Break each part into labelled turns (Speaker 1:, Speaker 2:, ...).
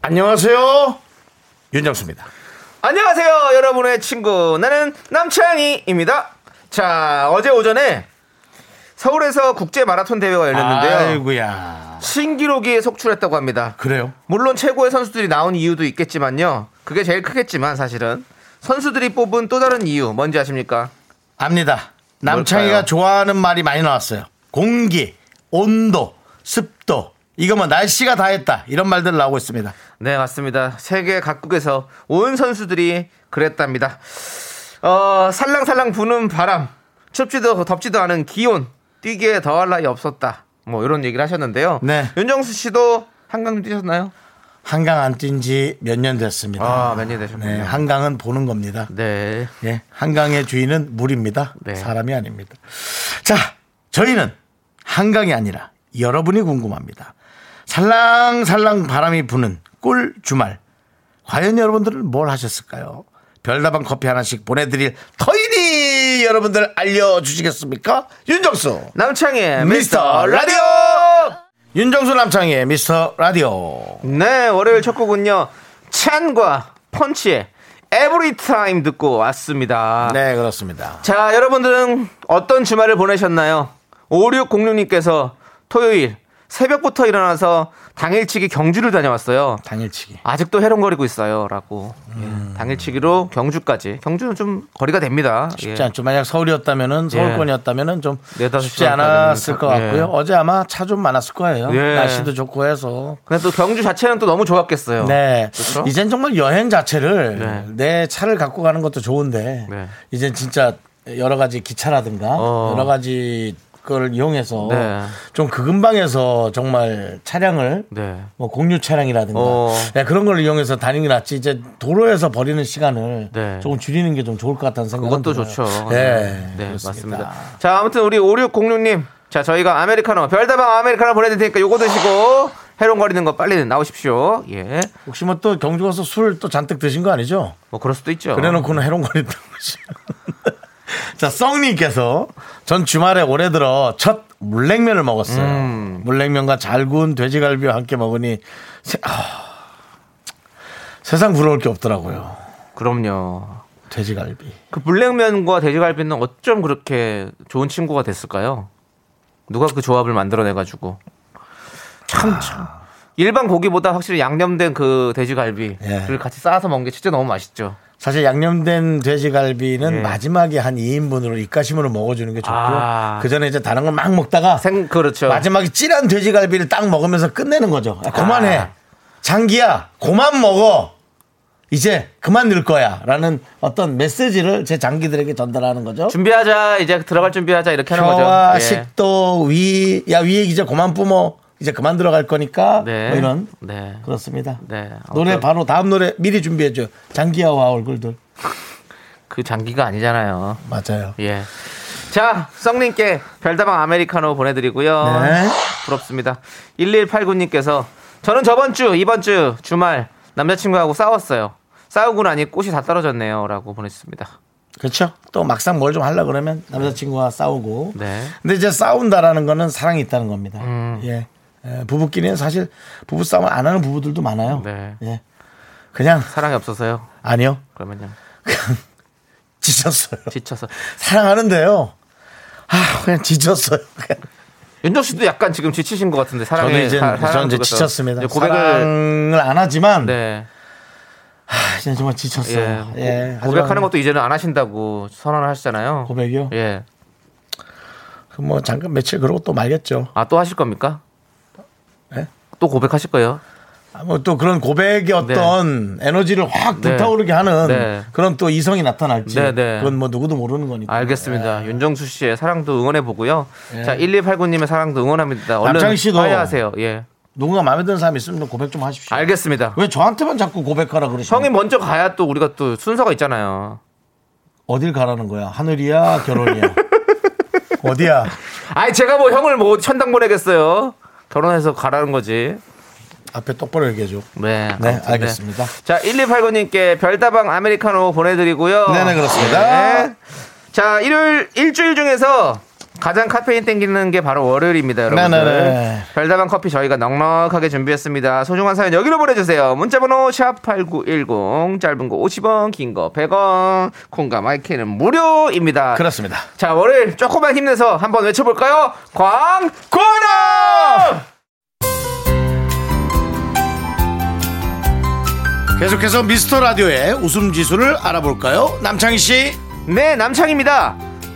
Speaker 1: 안녕하세요. 윤정수입니다.
Speaker 2: 안녕하세요, 여러분의 친구. 나는 남창희입니다. 자, 어제 오전에 서울에서 국제 마라톤 대회가 열렸는데요.
Speaker 1: 아이고야.
Speaker 2: 신기록이 속출했다고 합니다.
Speaker 1: 그래요?
Speaker 2: 물론 최고의 선수들이 나온 이유도 있겠지만요. 그게 제일 크겠지만 사실은 선수들이 뽑은 또 다른 이유 뭔지 아십니까?
Speaker 1: 압니다. 남창희가
Speaker 2: 뭘까요?
Speaker 1: 좋아하는 말이 많이 나왔어요. 공기, 온도, 습도. 이거 뭐 날씨가 다 했다. 이런 말들 나오고 있습니다.
Speaker 2: 네, 맞습니다. 세계 각국에서 온 선수들이 그랬답니다. 어, 살랑살랑 부는 바람, 춥지도 덥지도 않은 기온, 뛰기에 더할 나위 없었다. 뭐 이런 얘기를 하셨는데요.
Speaker 1: 네.
Speaker 2: 윤정수 씨도 한강 뛰셨나요?
Speaker 1: 한강 안 뛴 지 몇 년 됐습니다.
Speaker 2: 아, 몇년
Speaker 1: 네,
Speaker 2: 되셨군요.
Speaker 1: 한강은 보는 겁니다.
Speaker 2: 네.
Speaker 1: 예, 한강의 주인은 물입니다.
Speaker 2: 네.
Speaker 1: 사람이 아닙니다. 자, 저희는 한강이 아니라 여러분이 궁금합니다. 살랑살랑 바람이 부는 꿀 주말. 과연 여러분들은 뭘 하셨을까요? 별다방 커피 하나씩 보내드릴 터이니 여러분들 알려주시겠습니까? 윤정수 미스터
Speaker 2: 남창의 네, 미스터
Speaker 1: 라디오
Speaker 2: 라디오!
Speaker 1: 윤정수 남창의 미스터 라디오
Speaker 2: 네, 월요일 첫 곡은요. 찬과 펀치의 에브리타임 듣고 왔습니다.
Speaker 1: 네 그렇습니다
Speaker 2: 자, 여러분들은 어떤 주말을 보내셨나요? 5606님께서 토요일 새벽부터 일어나서 당일치기 경주를 다녀왔어요.
Speaker 1: 당일치기
Speaker 2: 아직도 해롱거리고 있어요. 라고.
Speaker 1: 음.
Speaker 2: 예, 당일치기로 경주까지. 경주는 좀 거리가 됩니다. 예.
Speaker 1: 쉽지 않죠. 만약 서울이었다면은 서울권이었다면은 좀
Speaker 2: 네, 다섯
Speaker 1: 쉽지
Speaker 2: 시간
Speaker 1: 않았을 것
Speaker 2: 걸리니까.
Speaker 1: 같고요.
Speaker 2: 예.
Speaker 1: 어제 아마 차 좀 많았을 거예요.
Speaker 2: 예.
Speaker 1: 날씨도 좋고 해서.
Speaker 2: 근데 또 경주 자체는 또 너무 좋았겠어요.
Speaker 1: 네.
Speaker 2: 그렇죠?
Speaker 1: 이젠 정말 여행 자체를
Speaker 2: 네.
Speaker 1: 내 차를 갖고 가는 것도 좋은데
Speaker 2: 네.
Speaker 1: 이젠 진짜 여러 가지 기차라든가
Speaker 2: 어.
Speaker 1: 여러 가지 그걸 이용해서
Speaker 2: 네.
Speaker 1: 좀 그근방에서 정말 차량을
Speaker 2: 네.
Speaker 1: 뭐 공유 차량이라든가
Speaker 2: 어.
Speaker 1: 네, 그런 걸 이용해서 다니는 게 낫지 이제 도로에서 버리는 시간을
Speaker 2: 네.
Speaker 1: 조금 줄이는 게 좀 좋을 것 같다는 생각
Speaker 2: 그것도 좋죠.
Speaker 1: 네,
Speaker 2: 네,
Speaker 1: 그렇습니다.
Speaker 2: 맞습니다. 자, 아무튼 우리 5606님. 자, 저희가 아메리카노, 별다방 아메리카노 보내드릴 테니까 요거 드시고 해롱거리는 거 빨리 나오십시오. 예.
Speaker 1: 혹시 뭐 또 경주 가서 술 또 잔뜩 드신 거 아니죠?
Speaker 2: 뭐 그럴 수도 있죠.
Speaker 1: 그래놓고는 해롱거린다고 하시는. 자, 썽님께서 전 주말에 올해 들어 첫 물냉면을 먹었어요.
Speaker 2: 음.
Speaker 1: 물냉면과 잘 구운 돼지갈비와 함께 먹으니 세, 상 부러울 게 없더라고요.
Speaker 2: 그럼요.
Speaker 1: 돼지갈비.
Speaker 2: 그 물냉면과 돼지갈비는 어쩜 그렇게 좋은 친구가 됐을까요? 누가 그 조합을 만들어내가지고
Speaker 1: 아.
Speaker 2: 참 참. 일반 고기보다 확실히 양념된 그 돼지갈비를
Speaker 1: 예.
Speaker 2: 같이 싸서 먹는 게 진짜 너무 맛있죠.
Speaker 1: 사실 양념된 돼지갈비는
Speaker 2: 예.
Speaker 1: 마지막에 한 2인분으로 입가심으로 먹어주는 게 좋고요.
Speaker 2: 아.
Speaker 1: 그 전에 이제 다른 걸 막 먹다가
Speaker 2: 생 그렇죠.
Speaker 1: 마지막에 찐한 돼지갈비를 딱 먹으면서 끝내는 거죠. 야, 그만해.
Speaker 2: 아.
Speaker 1: 장기야, 그만 먹어. 이제 그만 늘 거야. 라는 어떤 메시지를 제 장기들에게 전달하는 거죠.
Speaker 2: 준비하자 이제 들어갈 준비하자 이렇게 하는 거죠.
Speaker 1: 혀와
Speaker 2: 예.
Speaker 1: 식도 위, 야, 위에 이제 그만 뿜어. 이제 그만 들어갈 거니까.
Speaker 2: 네.
Speaker 1: 뭐 이런.
Speaker 2: 네.
Speaker 1: 그렇습니다.
Speaker 2: 네.
Speaker 1: 노래
Speaker 2: 아무튼.
Speaker 1: 바로 다음 노래 미리 준비해줘요. 장기야와 얼굴들.
Speaker 2: 그 장기가 아니잖아요.
Speaker 1: 맞아요.
Speaker 2: 예. 자, 썩님께 별다방 아메리카노 보내드리고요.
Speaker 1: 네.
Speaker 2: 부럽습니다. 1189님께서 저는 저번 주, 이번 주 주말 남자친구하고 싸웠어요. 싸우고 나니 꽃이 다 떨어졌네요. 라고 보내주습니다.
Speaker 1: 그렇죠. 또 막상 뭘 좀 하려 그러면 남자친구와 싸우고.
Speaker 2: 네. 음.
Speaker 1: 근데 이제 싸운다라는 거는 사랑이 있다는 겁니다. 예. 예, 부부끼리는 사실 부부 싸움을 안 하는 부부들도 많아요.
Speaker 2: 네.
Speaker 1: 예. 그냥
Speaker 2: 사랑이 없어서요.
Speaker 1: 아니요.
Speaker 2: 그러면요.
Speaker 1: 지쳤어요.
Speaker 2: 지쳐서.
Speaker 1: 사랑하는데요. 아, 그냥 지쳤어요. 그냥.
Speaker 2: 윤정 씨도 약간 지금 지치신 것 같은데 사랑에
Speaker 1: 저도 이제
Speaker 2: 사- 사랑
Speaker 1: 저는 이제
Speaker 2: 속에서
Speaker 1: 지쳤습니다.
Speaker 2: 이제 고백을
Speaker 1: 사랑을 안 하지만
Speaker 2: 네.
Speaker 1: 아, 이제 정말 지쳤어요. 예.
Speaker 2: 예. 고-
Speaker 1: 하지만
Speaker 2: 고백하는 것도 이제는 안 하신다고 선언을 하시잖아요.
Speaker 1: 고백이요?
Speaker 2: 예.
Speaker 1: 그뭐 잠깐 며칠 그러고 또 말겠죠.
Speaker 2: 아, 또 하실 겁니까?
Speaker 1: 예?
Speaker 2: 또 고백하실 거예요?
Speaker 1: 아, 뭐또 그런 고백의 어떤 에너지를 확
Speaker 2: 네.
Speaker 1: 불타오르게 하는
Speaker 2: 네.
Speaker 1: 그런 또 이성이 나타날지
Speaker 2: 네, 네.
Speaker 1: 그건 뭐 누구도 모르는 거니까. 네.
Speaker 2: 알겠습니다. 윤정수 씨의 사랑도 응원해 보고요. 자, 1289님의 사랑도 응원합니다. 얼른
Speaker 1: 남창희 씨도 네.
Speaker 2: 화해하세요. 예.
Speaker 1: 누군가 마음에 드는 사람이 있으면 좀 고백 좀 하십시오.
Speaker 2: 알겠습니다.
Speaker 1: 왜 저한테만 자꾸 고백하라 그러시죠?
Speaker 2: 형이 먼저 가야 또 우리가 또 순서가 있잖아요.
Speaker 1: 어딜 가라는 거야? 하늘이야, 결혼이야. 어디야?
Speaker 2: 아니 제가 뭐 형을 뭐 천당 보내겠어요. 결혼해서 가라는 거지.
Speaker 1: 앞에 똑바로 얘기해 줘.
Speaker 2: 네,
Speaker 1: 네,
Speaker 2: 아무튼,
Speaker 1: 알겠습니다.
Speaker 2: 자, 1289님께 별다방 아메리카노 보내드리고요.
Speaker 1: 네네, 그렇습니다.
Speaker 2: 자, 일요일, 일주일 중에서 가장 카페인 땡기는 게 바로 월요일입니다, 여러분들.
Speaker 1: 네네네.
Speaker 2: 별다방 커피 저희가 넉넉하게 준비했습니다. 소중한 사연 여기로 보내주세요. 문자번호 샵8910, 짧은 거 50원, 긴 거 100원, 콩과 마이크는 무료입니다.
Speaker 1: 그렇습니다.
Speaker 2: 자, 월요일 조금만 힘내서 한번 외쳐볼까요? 광고나!
Speaker 1: 계속해서 미스터 라디오의 웃음 지수를 알아볼까요? 남창희 씨.
Speaker 2: 네, 남창입니다.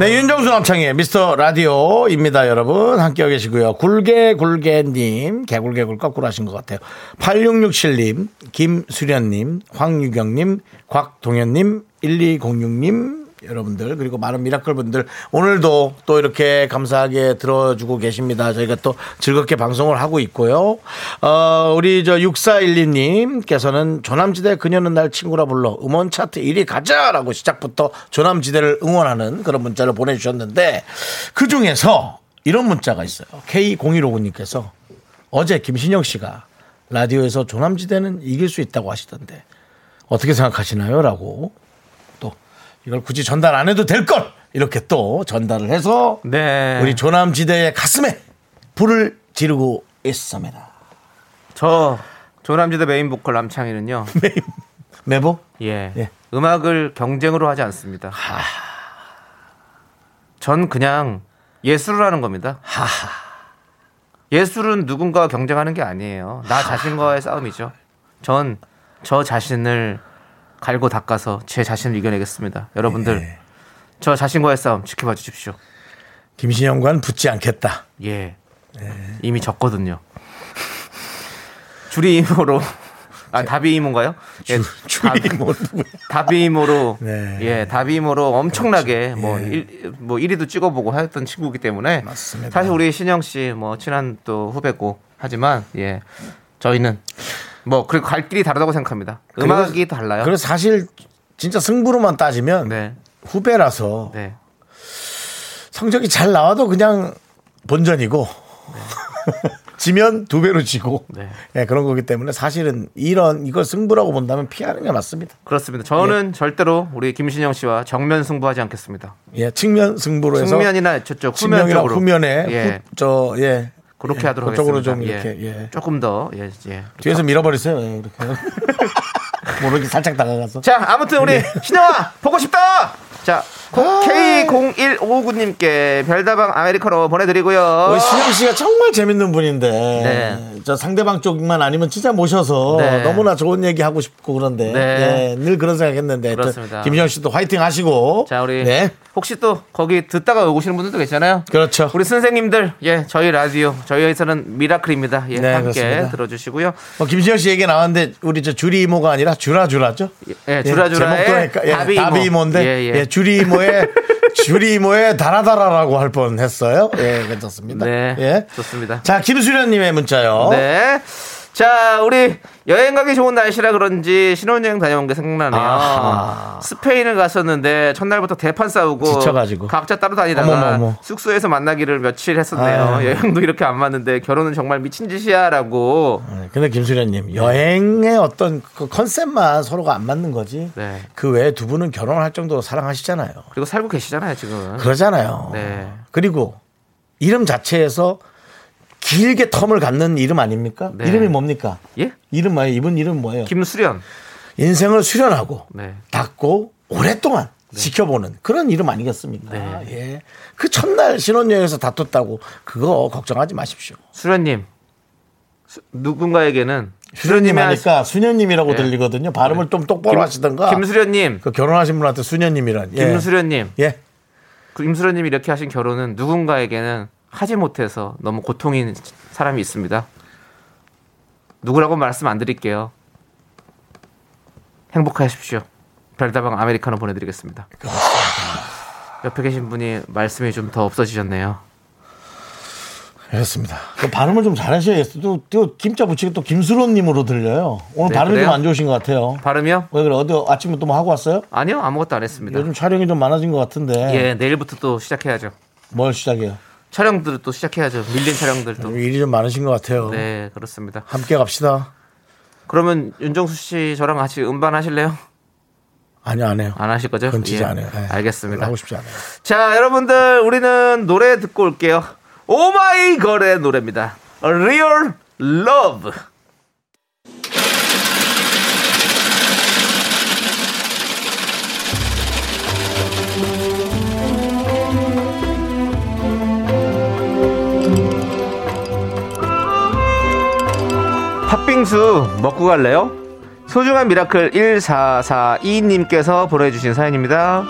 Speaker 1: 네, 윤정수 남창희의 미스터 라디오입니다, 여러분. 함께하고 계시고요. 굴게 굴게님, 개굴개굴 거꾸로 하신 것 같아요. 8667님, 김수련님, 황유경님, 곽동현님, 1206님, 여러분들, 그리고 많은 미라클 분들, 오늘도 또 이렇게 감사하게 들어주고 계십니다. 저희가 또 즐겁게 방송을 하고 있고요. 어, 우리 저 6412님께서는 조남지대 그녀는 날 친구라 불러 음원 차트 1위 가자라고 시작부터 조남지대를 응원하는 그런 문자를 보내주셨는데 그 중에서 이런 문자가 있어요. K0159님께서 어제 김신영 씨가 라디오에서 조남지대는 이길 수 있다고 하시던데 어떻게 생각하시나요? 라고 또 이걸 굳이 전달 안 해도 될 걸! 이렇게 또 전달을 해서
Speaker 2: 네.
Speaker 1: 우리 조남지대의 가슴에 불을 지르고 있습니다.
Speaker 2: 저 조남지대 메인 보컬 남창희는요.
Speaker 1: 매보?
Speaker 2: 예.
Speaker 1: 예.
Speaker 2: 음악을 경쟁으로 하지 않습니다. 전 그냥 예술을 하는 겁니다. 예술은 누군가와 경쟁하는 게 아니에요. 나 자신과의 싸움이죠. 전 저 자신을 갈고 닦아서 제 자신을 이겨내겠습니다. 여러분들
Speaker 1: 예.
Speaker 2: 저 자신과의 싸움 지켜봐 주십시오.
Speaker 1: 김신영과는 붙지 않겠다.
Speaker 2: 예.
Speaker 1: 네.
Speaker 2: 이미 졌거든요. 줄이 이모로 아 다비 이모인가요? 예,
Speaker 1: 주의
Speaker 2: 다비-
Speaker 1: 뭐 누구야?
Speaker 2: 다비모로
Speaker 1: 네. 그렇죠. 예.
Speaker 2: 예 다비모로 엄청나게 뭐 일, 뭐 1위도 찍어보고 하였던 친구이기 때문에
Speaker 1: 맞습니다.
Speaker 2: 사실 우리 신영 씨 뭐 친한 또 후배고 하지만 예 저희는 뭐 그리고 갈 길이 다르다고 생각합니다. 음악이 달라요.
Speaker 1: 그래서 사실 진짜 승부로만 따지면
Speaker 2: 네.
Speaker 1: 후배라서
Speaker 2: 네.
Speaker 1: 성적이 잘 나와도 그냥 본전이고 지면 두 배로 지고
Speaker 2: 네.
Speaker 1: 예, 그런 거기 때문에 사실은 이런 이걸 승부라고 본다면 피하는 게 맞습니다.
Speaker 2: 그렇습니다. 저는 절대로 우리 김신영 씨와 정면 승부하지 않겠습니다.
Speaker 1: 예, 측면 승부로 해서
Speaker 2: 측면이나 저쪽 후면
Speaker 1: 측면이랑
Speaker 2: 쪽으로
Speaker 1: 후면에
Speaker 2: 예.
Speaker 1: 후- 저 예.
Speaker 2: 그렇게
Speaker 1: 예,
Speaker 2: 하도록
Speaker 1: 그쪽으로
Speaker 2: 하겠습니다.
Speaker 1: 좀 이렇게 예.
Speaker 2: 조금 더 예, 예.
Speaker 1: 뒤에서 밀어버리세요. 예, 이렇게. 모르게 살짝 다가가서.
Speaker 2: 자, 아무튼 우리 신영아 보고 싶다. 네. 자,
Speaker 1: 아.
Speaker 2: K0159님께 별다방 아메리카노 보내드리고요.
Speaker 1: 우리 어, 신영 씨가 정말 재밌는 분인데
Speaker 2: 네.
Speaker 1: 저 상대방 쪽만 아니면 진짜 모셔서
Speaker 2: 네.
Speaker 1: 너무나 좋은 얘기 하고 싶고 그런데 예,
Speaker 2: 네.
Speaker 1: 늘 그런 생각했는데
Speaker 2: 그렇습니다.
Speaker 1: 김영 씨도 화이팅 하시고
Speaker 2: 자, 우리
Speaker 1: 네
Speaker 2: 혹시 또 거기 듣다가 오시는 분들도 계시잖아요.
Speaker 1: 그렇죠
Speaker 2: 우리 선생님들, 예, 저희 라디오, 저희 회사는 미라클입니다. 예,
Speaker 1: 네,
Speaker 2: 함께
Speaker 1: 그렇습니다.
Speaker 2: 들어주시고요.
Speaker 1: 뭐 김지현 씨 얘기 나왔는데 우리 저 주리 이모가 아니라 주라 주라죠?
Speaker 2: 예, 주라주라의
Speaker 1: 제목도 예,
Speaker 2: 다비
Speaker 1: 다비,
Speaker 2: 이모.
Speaker 1: 이모인데
Speaker 2: 예,
Speaker 1: 예,
Speaker 2: 예.
Speaker 1: 주리 이모의 주리 이모의 다라다라라고 할 뻔했어요. 예, 괜찮습니다.
Speaker 2: 네,
Speaker 1: 예.
Speaker 2: 좋습니다.
Speaker 1: 자, 김수련님의 문자요.
Speaker 2: 네. 자, 우리 여행 가기 좋은 날씨라 그런지 신혼여행 다녀온 게 생각나네요.
Speaker 1: 아하.
Speaker 2: 스페인을 갔었는데 첫날부터 대판 싸우고
Speaker 1: 지쳐가지고.
Speaker 2: 각자 따로 다니다가
Speaker 1: 어머머, 어머.
Speaker 2: 숙소에서 만나기를 며칠 했었네요.
Speaker 1: 아유.
Speaker 2: 여행도 이렇게 안 맞는데 결혼은 정말 미친 짓이야라고.
Speaker 1: 네, 근데 김수련님 여행의 어떤 그 컨셉만 서로가 안 맞는 거지.
Speaker 2: 네.
Speaker 1: 그 외에 두 분은 결혼할 정도로 사랑하시잖아요.
Speaker 2: 그리고 살고 계시잖아요 지금.
Speaker 1: 그러잖아요.
Speaker 2: 네.
Speaker 1: 그리고 이름 자체에서 길게 텀을 갖는 이름 아닙니까?
Speaker 2: 네.
Speaker 1: 이름이 뭡니까?
Speaker 2: 예?
Speaker 1: 이름 뭐예요? 이분 이름 뭐예요?
Speaker 2: 김수련.
Speaker 1: 인생을 수련하고
Speaker 2: 네.
Speaker 1: 닦고 오랫동안 지켜보는 그런 이름 아니겠습니까?
Speaker 2: 네.
Speaker 1: 예. 그 첫날 신혼여행에서 다퉜다고 그거 걱정하지 마십시오.
Speaker 2: 수련님. 수- 누군가에게는
Speaker 1: 수련님
Speaker 2: 수련님의
Speaker 1: 하니까 수녀님이라고
Speaker 2: 예.
Speaker 1: 들리거든요. 발음을 좀 똑바로 하시던가.
Speaker 2: 김수련님,
Speaker 1: 그 결혼하신 분한테 수녀님이란. 예.
Speaker 2: 김수련님,
Speaker 1: 예.
Speaker 2: 그 임수련님이 이렇게 하신 결혼은 누군가에게는 하지 못해서 너무 고통인 사람이 있습니다. 누구라고 말씀 안 드릴게요. 행복하십시오. 별다방 아메리카노 보내드리겠습니다. 옆에 계신 분이 말씀이 좀 더 없어지셨네요.
Speaker 1: 그렇습니다. 그 발음을 좀 잘하셔야겠어요. 또, 또 김자 붙이고 또 김수련님으로 들려요. 오늘
Speaker 2: 네,
Speaker 1: 발음이
Speaker 2: 그래요?
Speaker 1: 좀 안 좋으신 것 같아요.
Speaker 2: 발음이요?
Speaker 1: 왜 그래? 어디 아침에 또 뭐 하고 왔어요?
Speaker 2: 아니요 아무것도 안 했습니다.
Speaker 1: 요즘 촬영이 좀 많아진 것 같은데
Speaker 2: 예 내일부터 또 시작해야죠.
Speaker 1: 뭘 시작해요?
Speaker 2: 촬영들을 또 시작해야죠. 밀린 촬영들도.
Speaker 1: 일이 좀 많으신 것 같아요.
Speaker 2: 네 그렇습니다.
Speaker 1: 함께 갑시다.
Speaker 2: 그러면 윤정수 씨 저랑 같이 음반 하실래요?
Speaker 1: 아니 안 해요.
Speaker 2: 안 하실 거죠?
Speaker 1: 그건 진짜
Speaker 2: 예.
Speaker 1: 안 해요. 예.
Speaker 2: 알겠습니다.
Speaker 1: 하고 싶지 않아요.
Speaker 2: 자, 여러분들 우리는 노래 듣고 올게요. 오마이걸의 노래입니다. A Real Love. 팥빙수 먹고 갈래요? 소중한 미라클 1442님께서 보내주신 사연입니다.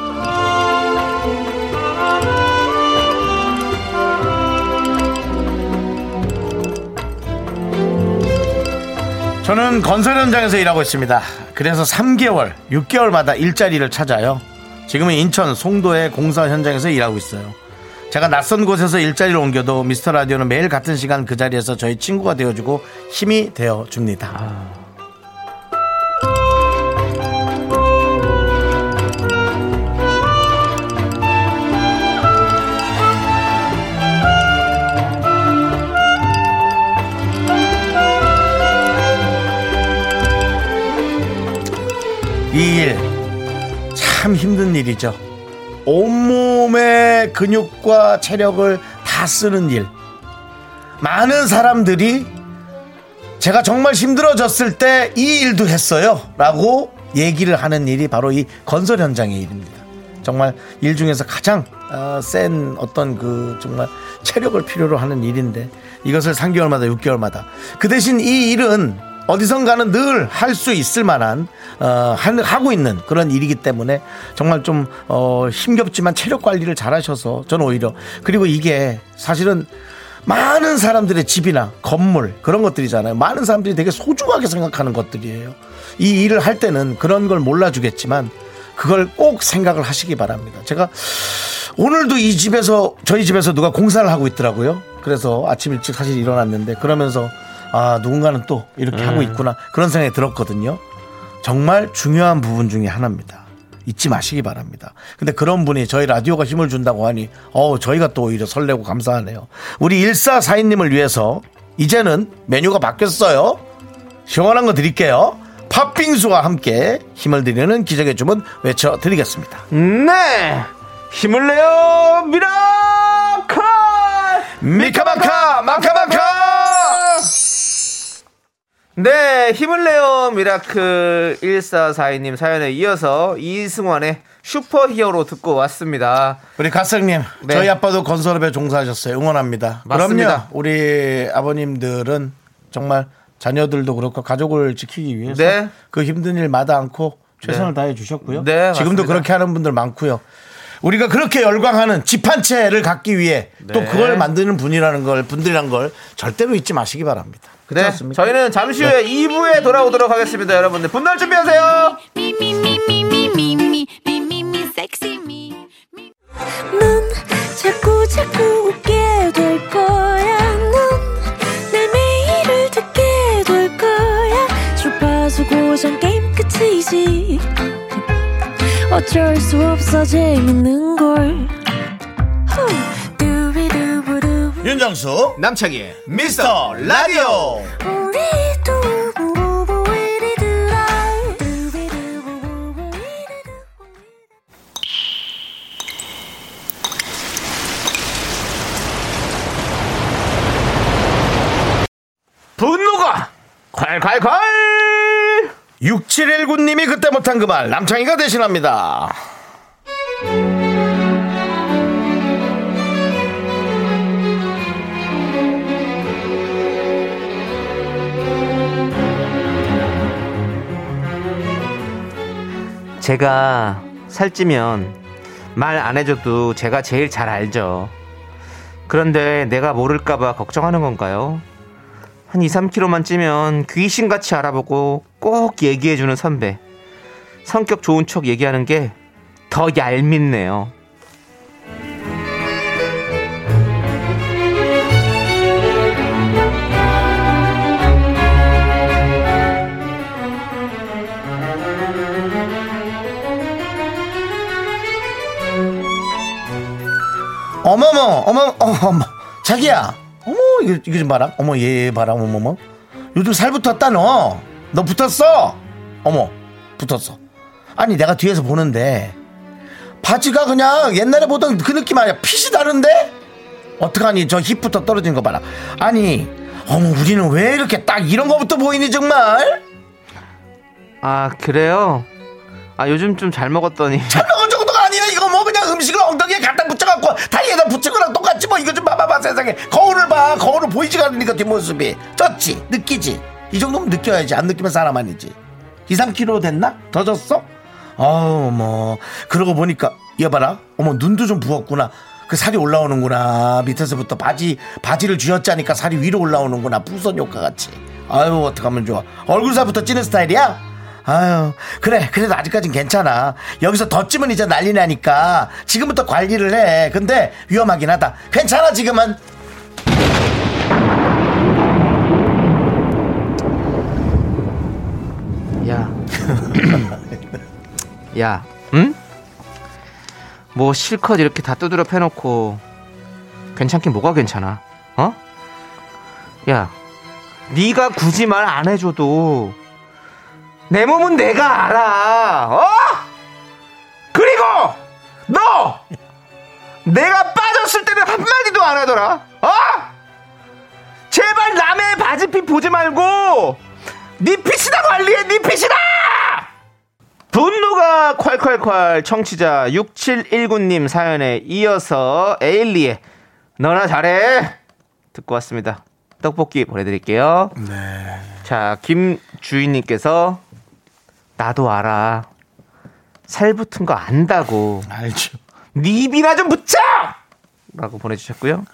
Speaker 1: 저는 건설 현장에서 일하고 있습니다. 그래서 3개월, 6개월마다 일자리를 찾아요. 지금은 인천 송도의 공사 현장에서 일하고 있어요. 제가 낯선 곳에서 일자리를 옮겨도 미스터 라디오는 매일 같은 시간 그 자리에서 저희 친구가 되어주고 힘이 되어줍니다. 이 일, 참 힘든 일이죠. 온몸의 근육과 체력을 다 쓰는 일. 많은 사람들이 제가 정말 힘들어졌을 때 이 일도 했어요. 라고 얘기를 하는 일이 바로 이 건설 현장의 일입니다. 정말 일 중에서 가장 어, 센 어떤 그 정말 체력을 필요로 하는 일인데 이것을 3개월마다 6개월마다 그 대신 이 일은 어디선가는 늘 할 수 있을 만한 어, 한- 하고 있는 그런 일이기 때문에 정말 좀 어, 힘겹지만 체력 관리를 잘하셔서 저는 오히려 그리고 이게 사실은 많은 사람들의 집이나 건물 그런 것들이잖아요. 많은 사람들이 되게 소중하게 생각하는 것들이에요. 이 일을 할 때는 그런 걸 몰라주겠지만 그걸 꼭 생각을 하시기 바랍니다. 제가 오늘도 이 집에서 저희 집에서 누가 공사를 하고 있더라고요. 그래서 아침 일찍 사실 일어났는데 그러면서 아 누군가는 또 이렇게 하고 있구나 그런 생각이 들었거든요. 정말 중요한 부분 중에 하나입니다. 잊지 마시기 바랍니다. 근데 그런 분이 저희 라디오가 힘을 준다고 하니 어 저희가 또 오히려 설레고 감사하네요. 우리 1442님을 위해서 이제는 메뉴가 바뀌었어요. 시원한 거 드릴게요. 팥빙수와 함께 힘을 드리는 기적의 주문 외쳐드리겠습니다.
Speaker 2: 네! 힘을 내요! 미라클!
Speaker 1: 미카마카 마카마카
Speaker 2: 네, 힘을 내요! 미라클 1442님 사연에 이어서 이승환의 슈퍼 히어로 듣고 왔습니다.
Speaker 1: 우리 가성님
Speaker 2: 네.
Speaker 1: 저희 아빠도 건설업에 종사하셨어요 응원합니다
Speaker 2: 맞습니다.
Speaker 1: 그럼요 우리 아버님들은 정말 자녀들도 그렇고 가족을 지키기 위해서
Speaker 2: 네.
Speaker 1: 그 힘든 일 마다 않고 최선을
Speaker 2: 네.
Speaker 1: 다해 주셨고요
Speaker 2: 네,
Speaker 1: 지금도
Speaker 2: 맞습니다.
Speaker 1: 그렇게 하는 분들 많고요 우리가 그렇게 열광하는 집 한 채를 갖기 위해 또
Speaker 2: 네.
Speaker 1: 그걸 만드는 분이라는 걸 분들이란 걸 절대로 잊지 마시기 바랍니다
Speaker 2: 네, 저희는 잠시
Speaker 1: 네.
Speaker 2: 후에 2부에 돌아오도록 하겠습니다. 여러분들, 분날 준비하세요!
Speaker 3: me me me me me me me me me me sexy me.
Speaker 4: 넌 자꾸 자꾸 웃게 될 거야. 넌내 매일을 듣게 될 거야. 주파수 고정 게임 끝이지. 어쩔 수 없어 재밌는 걸. 후. 두비두부두.
Speaker 1: 윤정수
Speaker 2: 남창희의
Speaker 1: 미스터 라디오
Speaker 4: 우리 두부부부 우리 두라. 두비두부부부 우리 두부부.
Speaker 2: 분노가! 콸콸콸!
Speaker 1: 6719님이 그때 못한 그 말 남창희가 대신합니다.
Speaker 2: 제가 살찌면 말 안 해줘도 제가 제일 잘 알죠. 그런데 내가 모를까봐 걱정하는 건가요? 한 2, 3kg만 찌면 귀신같이 알아보고 꼭 얘기해주는 선배. 성격 좋은 척 얘기하는 게 더 얄밉네요.
Speaker 1: 어머머, 어머, 어머, 자기야. 어머, 이거, 이거 좀 봐라. 어머, 얘, 얘 봐라. 어머, 어머. 요즘 살 붙었다, 너. 너 붙었어? 어머, 붙었어. 아니, 내가 뒤에서 보는데. 바지가 그냥 옛날에 보던 그 느낌 아니야. 핏이 다른데? 어떡하니, 저 힙부터 떨어진 거 봐라. 아니, 어머, 우리는 왜 이렇게 딱 이런 거부터 보이니, 정말?
Speaker 2: 아, 그래요? 아, 요즘 좀 잘 먹었더니.
Speaker 1: 잘 먹은 정도가 아니야. 이거 뭐 그냥 음식을 엉덩이에 갖다 붙여갖고 다리에다 붙인 거랑 똑같지 뭐. 이거 좀 봐봐봐 세상에. 거울을 봐. 거울을 보이지가 않으니까 뒷모습이. 쪘지? 느끼지? 이 정도면 느껴야지. 안 느끼면 사람 아니지. 2, 3kg 됐나? 더 졌어? 어우 뭐. 그러고 보니까 얘봐라. 어머 눈도 좀 부었구나. 그 살이 올라오는구나. 밑에서부터 바지 바지를 쥐었자니까 살이 위로 올라오는구나. 풍선 효과 같이. 아유 어떡하면 좋아. 얼굴살부터 찌는 스타일이야? 아유 그래 그래도 아직까진 괜찮아 여기서 더 찌면 이제 난리 나니까 지금부터 관리를 해 근데 위험하긴 하다 괜찮아 지금은
Speaker 2: 야. 야, 응? 뭐 실컷 이렇게 다 두드려 패놓고 괜찮긴 뭐가 괜찮아? 어? 야, 네가 굳이 말 안 해줘도 내 몸은 내가 알아. 어? 그리고 너 내가 빠졌을 때는 한 마디도 안 하더라. 어? 제발 남의 바지핏 보지 말고 네 핏이나 관리해 네 핏이나 분노가 콸콸콸 청취자 6719님 사연에 이어서 에일리의 너나 잘해 듣고 왔습니다 떡볶이 보내드릴게요
Speaker 1: 네.
Speaker 2: 자 김주인님께서 나도 알아 살 붙은 거 안다고
Speaker 1: 알죠
Speaker 2: 네 입이나 좀 붙여 라고 보내주셨고요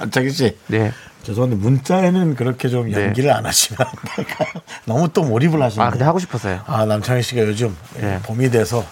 Speaker 1: 남창희 씨
Speaker 2: 네
Speaker 1: 죄송한데 문자에는 그렇게 좀
Speaker 2: 네.
Speaker 1: 연기를 안 하시면 안 될까요? 너무 또 몰입을 하시는
Speaker 2: 아 근데 하고 싶었어요
Speaker 1: 아 남창희 씨가 요즘
Speaker 2: 네.
Speaker 1: 봄이 돼서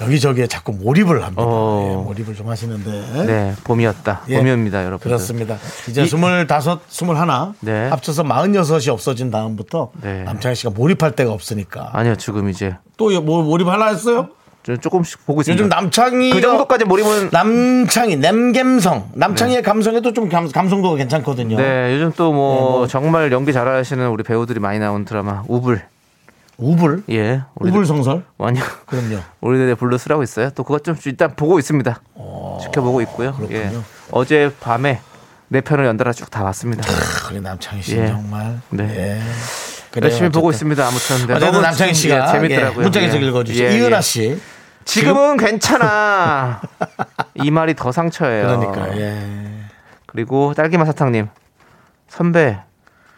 Speaker 1: 여기저기에 자꾸 몰입을 합니다
Speaker 2: 어.
Speaker 1: 예, 몰입을 좀 하시는데
Speaker 2: 네 봄이었다
Speaker 1: 예,
Speaker 2: 봄이옵니다 여러분
Speaker 1: 그렇습니다. 이제
Speaker 2: 이-
Speaker 1: 스물다섯, 스물하나
Speaker 2: 네.
Speaker 1: 합쳐서 마흔여섯이 없어진 다음부터
Speaker 2: 네.
Speaker 1: 남창희 씨가 몰입할 데가 없으니까
Speaker 2: 아니요 지금 이제
Speaker 1: 또 뭐 몰입하려 했어요?
Speaker 2: 저 조금씩 보고 있습니다.
Speaker 1: 요즘 남창희
Speaker 2: 그 정도까지 몰입은
Speaker 1: 남창희 남갬성 남창희의 감성에도 좀 감, 감성도가 괜찮거든요.
Speaker 2: 네 요즘 또 뭐 정말 연기 잘하시는 우리 배우들이 많이 나온 드라마 우불
Speaker 1: 우불
Speaker 2: 예
Speaker 1: 우불 성설
Speaker 2: 아니요
Speaker 1: 그럼요.
Speaker 2: 우리들의 블루스라고 있어요. 또 그것 좀 일단 보고 있습니다.
Speaker 1: 어,
Speaker 2: 지켜보고 있고요. 예 어제 밤에 네 편을 연달아 쭉 다 봤습니다.
Speaker 1: 그래 남창희 씨
Speaker 2: 예.
Speaker 1: 정말
Speaker 2: 네.
Speaker 1: 예. 그래요,
Speaker 2: 열심히 보고
Speaker 1: 어쨌든.
Speaker 2: 있습니다. 아무튼 네,
Speaker 1: 어쨌든
Speaker 2: 너무
Speaker 1: 남창희
Speaker 2: 지-
Speaker 1: 씨가
Speaker 2: 예, 재밌더라고요.
Speaker 1: 예, 문자
Speaker 2: 예.
Speaker 1: 계속 읽어주시죠.
Speaker 2: 예,
Speaker 1: 이은하
Speaker 2: 예.
Speaker 1: 씨
Speaker 2: 지금은 괜찮아. 이 말이 더 상처예요.
Speaker 1: 그러니까 예.
Speaker 2: 그리고 딸기맛 사탕님 선배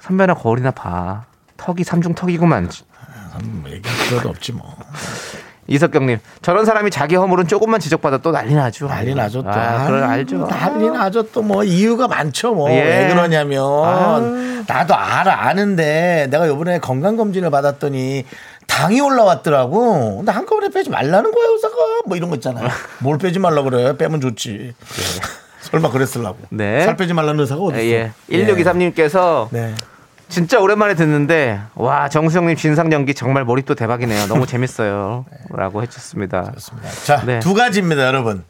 Speaker 2: 선배나 거울이나 봐 턱이 삼중 턱이구만
Speaker 1: 뭐 얘기할 필요도 없지 뭐
Speaker 2: 이석경님 저런 사람이 자기 허물은 조금만 지적받아 또 난리 나죠
Speaker 1: 난리 나죠 또
Speaker 2: 아, 그걸 알죠
Speaker 1: 난리 나죠 또 뭐 이유가 많죠 뭐
Speaker 2: 예.
Speaker 1: 왜 그러냐면 나도 알아 아는데 내가 요번에 건강검진을 받았더니 당이 올라왔더라고 근데 한꺼번에 빼지 말라는 거야 의사가 뭐 이런 거 있잖아요 뭘 빼지 말라 그래 빼면 좋지 설마 그랬을라고
Speaker 2: 예. 네.
Speaker 1: 살 빼지 말라는 의사가 어디 있어
Speaker 2: 예. 1623님께서
Speaker 1: 네.
Speaker 2: 진짜 오랜만에 듣는데 와 정수영님 진상 연기 정말 몰입도 대박이네요 너무 재밌어요
Speaker 1: 네.
Speaker 2: 라고 해주셨습니다
Speaker 1: 자,
Speaker 2: 네.
Speaker 1: 두 가지입니다, 여러분.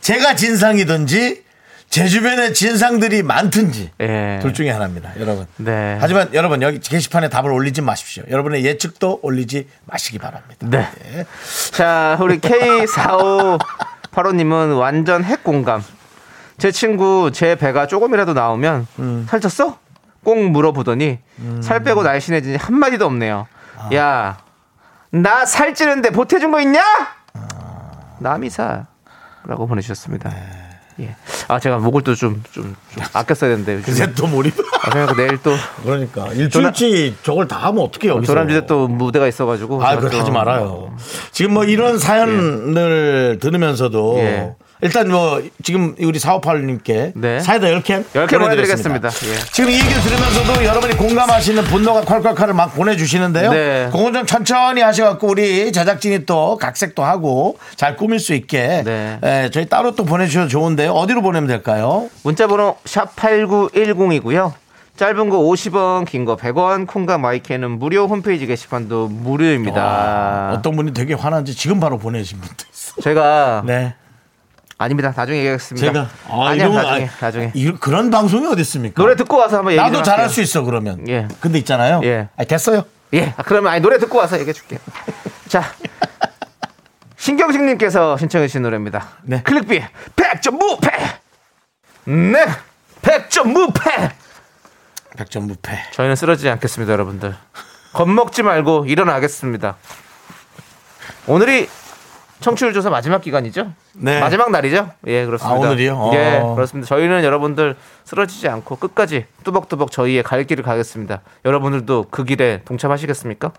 Speaker 1: 제가 진상이든지 제 주변에 진상들이 많든지
Speaker 2: 예.
Speaker 1: 둘 중에 하나입니다, 여러분.
Speaker 2: 네.
Speaker 1: 하지만 여러분 여기 게시판에 답을 올리지 마십시오. 여러분의 예측도 올리지 마시기 바랍니다.
Speaker 2: 네. 자, 우리 K45 8호님은 완전 핵 공감. 제 친구 제 배가 조금이라도 나오면
Speaker 1: 음.
Speaker 2: 살쪘어? 꼭 물어보더니 살 빼고 날씬해지니 한 마디도 없네요.
Speaker 1: 아.
Speaker 2: 야, 나
Speaker 1: 아. 네.
Speaker 2: 살찌는데 보태준 거 있냐? 남이 사라고 보내주셨습니다. 예. 아 제가 목을 또 좀 좀 아껴 써야 되는데 요즘.
Speaker 1: 그새 또 몰입.
Speaker 2: 아, 생각 내일 또
Speaker 1: 그러니까 일주일치 저걸 다 하면 어떻게 여기서?
Speaker 2: 조남지대 또 무대가 있어가지고.
Speaker 1: 아,
Speaker 2: 제가
Speaker 1: 그거
Speaker 2: 또-
Speaker 1: 하지 말아요. 지금 뭐 이런 사연을 들으면서도
Speaker 2: 예.
Speaker 1: 일단 뭐 지금 우리 사업팔님께
Speaker 2: 네.
Speaker 1: 사이다 10캔
Speaker 2: 열캔 보내드리겠습니다. 예.
Speaker 1: 지금 이 얘기를 들으면서도 여러분이 공감하시는 분노가 콸콸콸을 막 보내주시는데요.
Speaker 2: 네.
Speaker 1: 그건 좀 천천히 하셔갖고 우리 제작진이 또 각색도 하고 잘 꾸밀 수 있게
Speaker 2: 네.
Speaker 1: 예, 저희 따로 또 보내주셔도 좋은데요. 어디로 보내면 될까요?
Speaker 2: 문자번호 샵 #8910이고요. 짧은 거 50원, 긴 거 100원, 콩과 마이크는 무료 홈페이지 게시판도 무료입니다.
Speaker 1: 어떤 분이 되게 화난지 지금 바로 보내신 분도 있어요.
Speaker 2: 제가
Speaker 1: 네.
Speaker 2: 아닙니다. 음, 나중에 얘기하겠습니다.
Speaker 1: 제가 아,
Speaker 2: 아니야
Speaker 1: 이러면
Speaker 2: 나중에
Speaker 1: 아,
Speaker 2: 나중에
Speaker 1: 이- 그런 방송이 어디 있습니까?
Speaker 2: 노래 듣고 와서 한번 얘기 좀
Speaker 1: 나도 잘할
Speaker 2: 할게요.
Speaker 1: 수 있어 그러면.
Speaker 2: 예.
Speaker 1: 근데 있잖아요.
Speaker 2: 예.
Speaker 1: 아, 됐어요.
Speaker 2: 예, 아, 그러면 아니 노래 듣고 와서 얘기해 줄게요. 자, 신경식님께서 신청해 주신 노래입니다.
Speaker 1: 네.
Speaker 2: 클릭비 100점 무패. 네, 100점 무패.
Speaker 1: 백점 무패.
Speaker 2: 저희는 쓰러지지 않겠습니다, 여러분들. 겁먹지 말고 일어나겠습니다. 오늘이 청취율 조사 마지막 기간이죠?
Speaker 1: 네.
Speaker 2: 마지막 날이죠? 예, 그렇습니다.
Speaker 1: 아, 오늘이요? 어.
Speaker 2: 예, 그렇습니다. 저희는 여러분들 쓰러지지 않고 끝까지 뚜벅뚜벅 저희의 갈 길을 가겠습니다. 여러분들도 그 길에 동참하시겠습니까?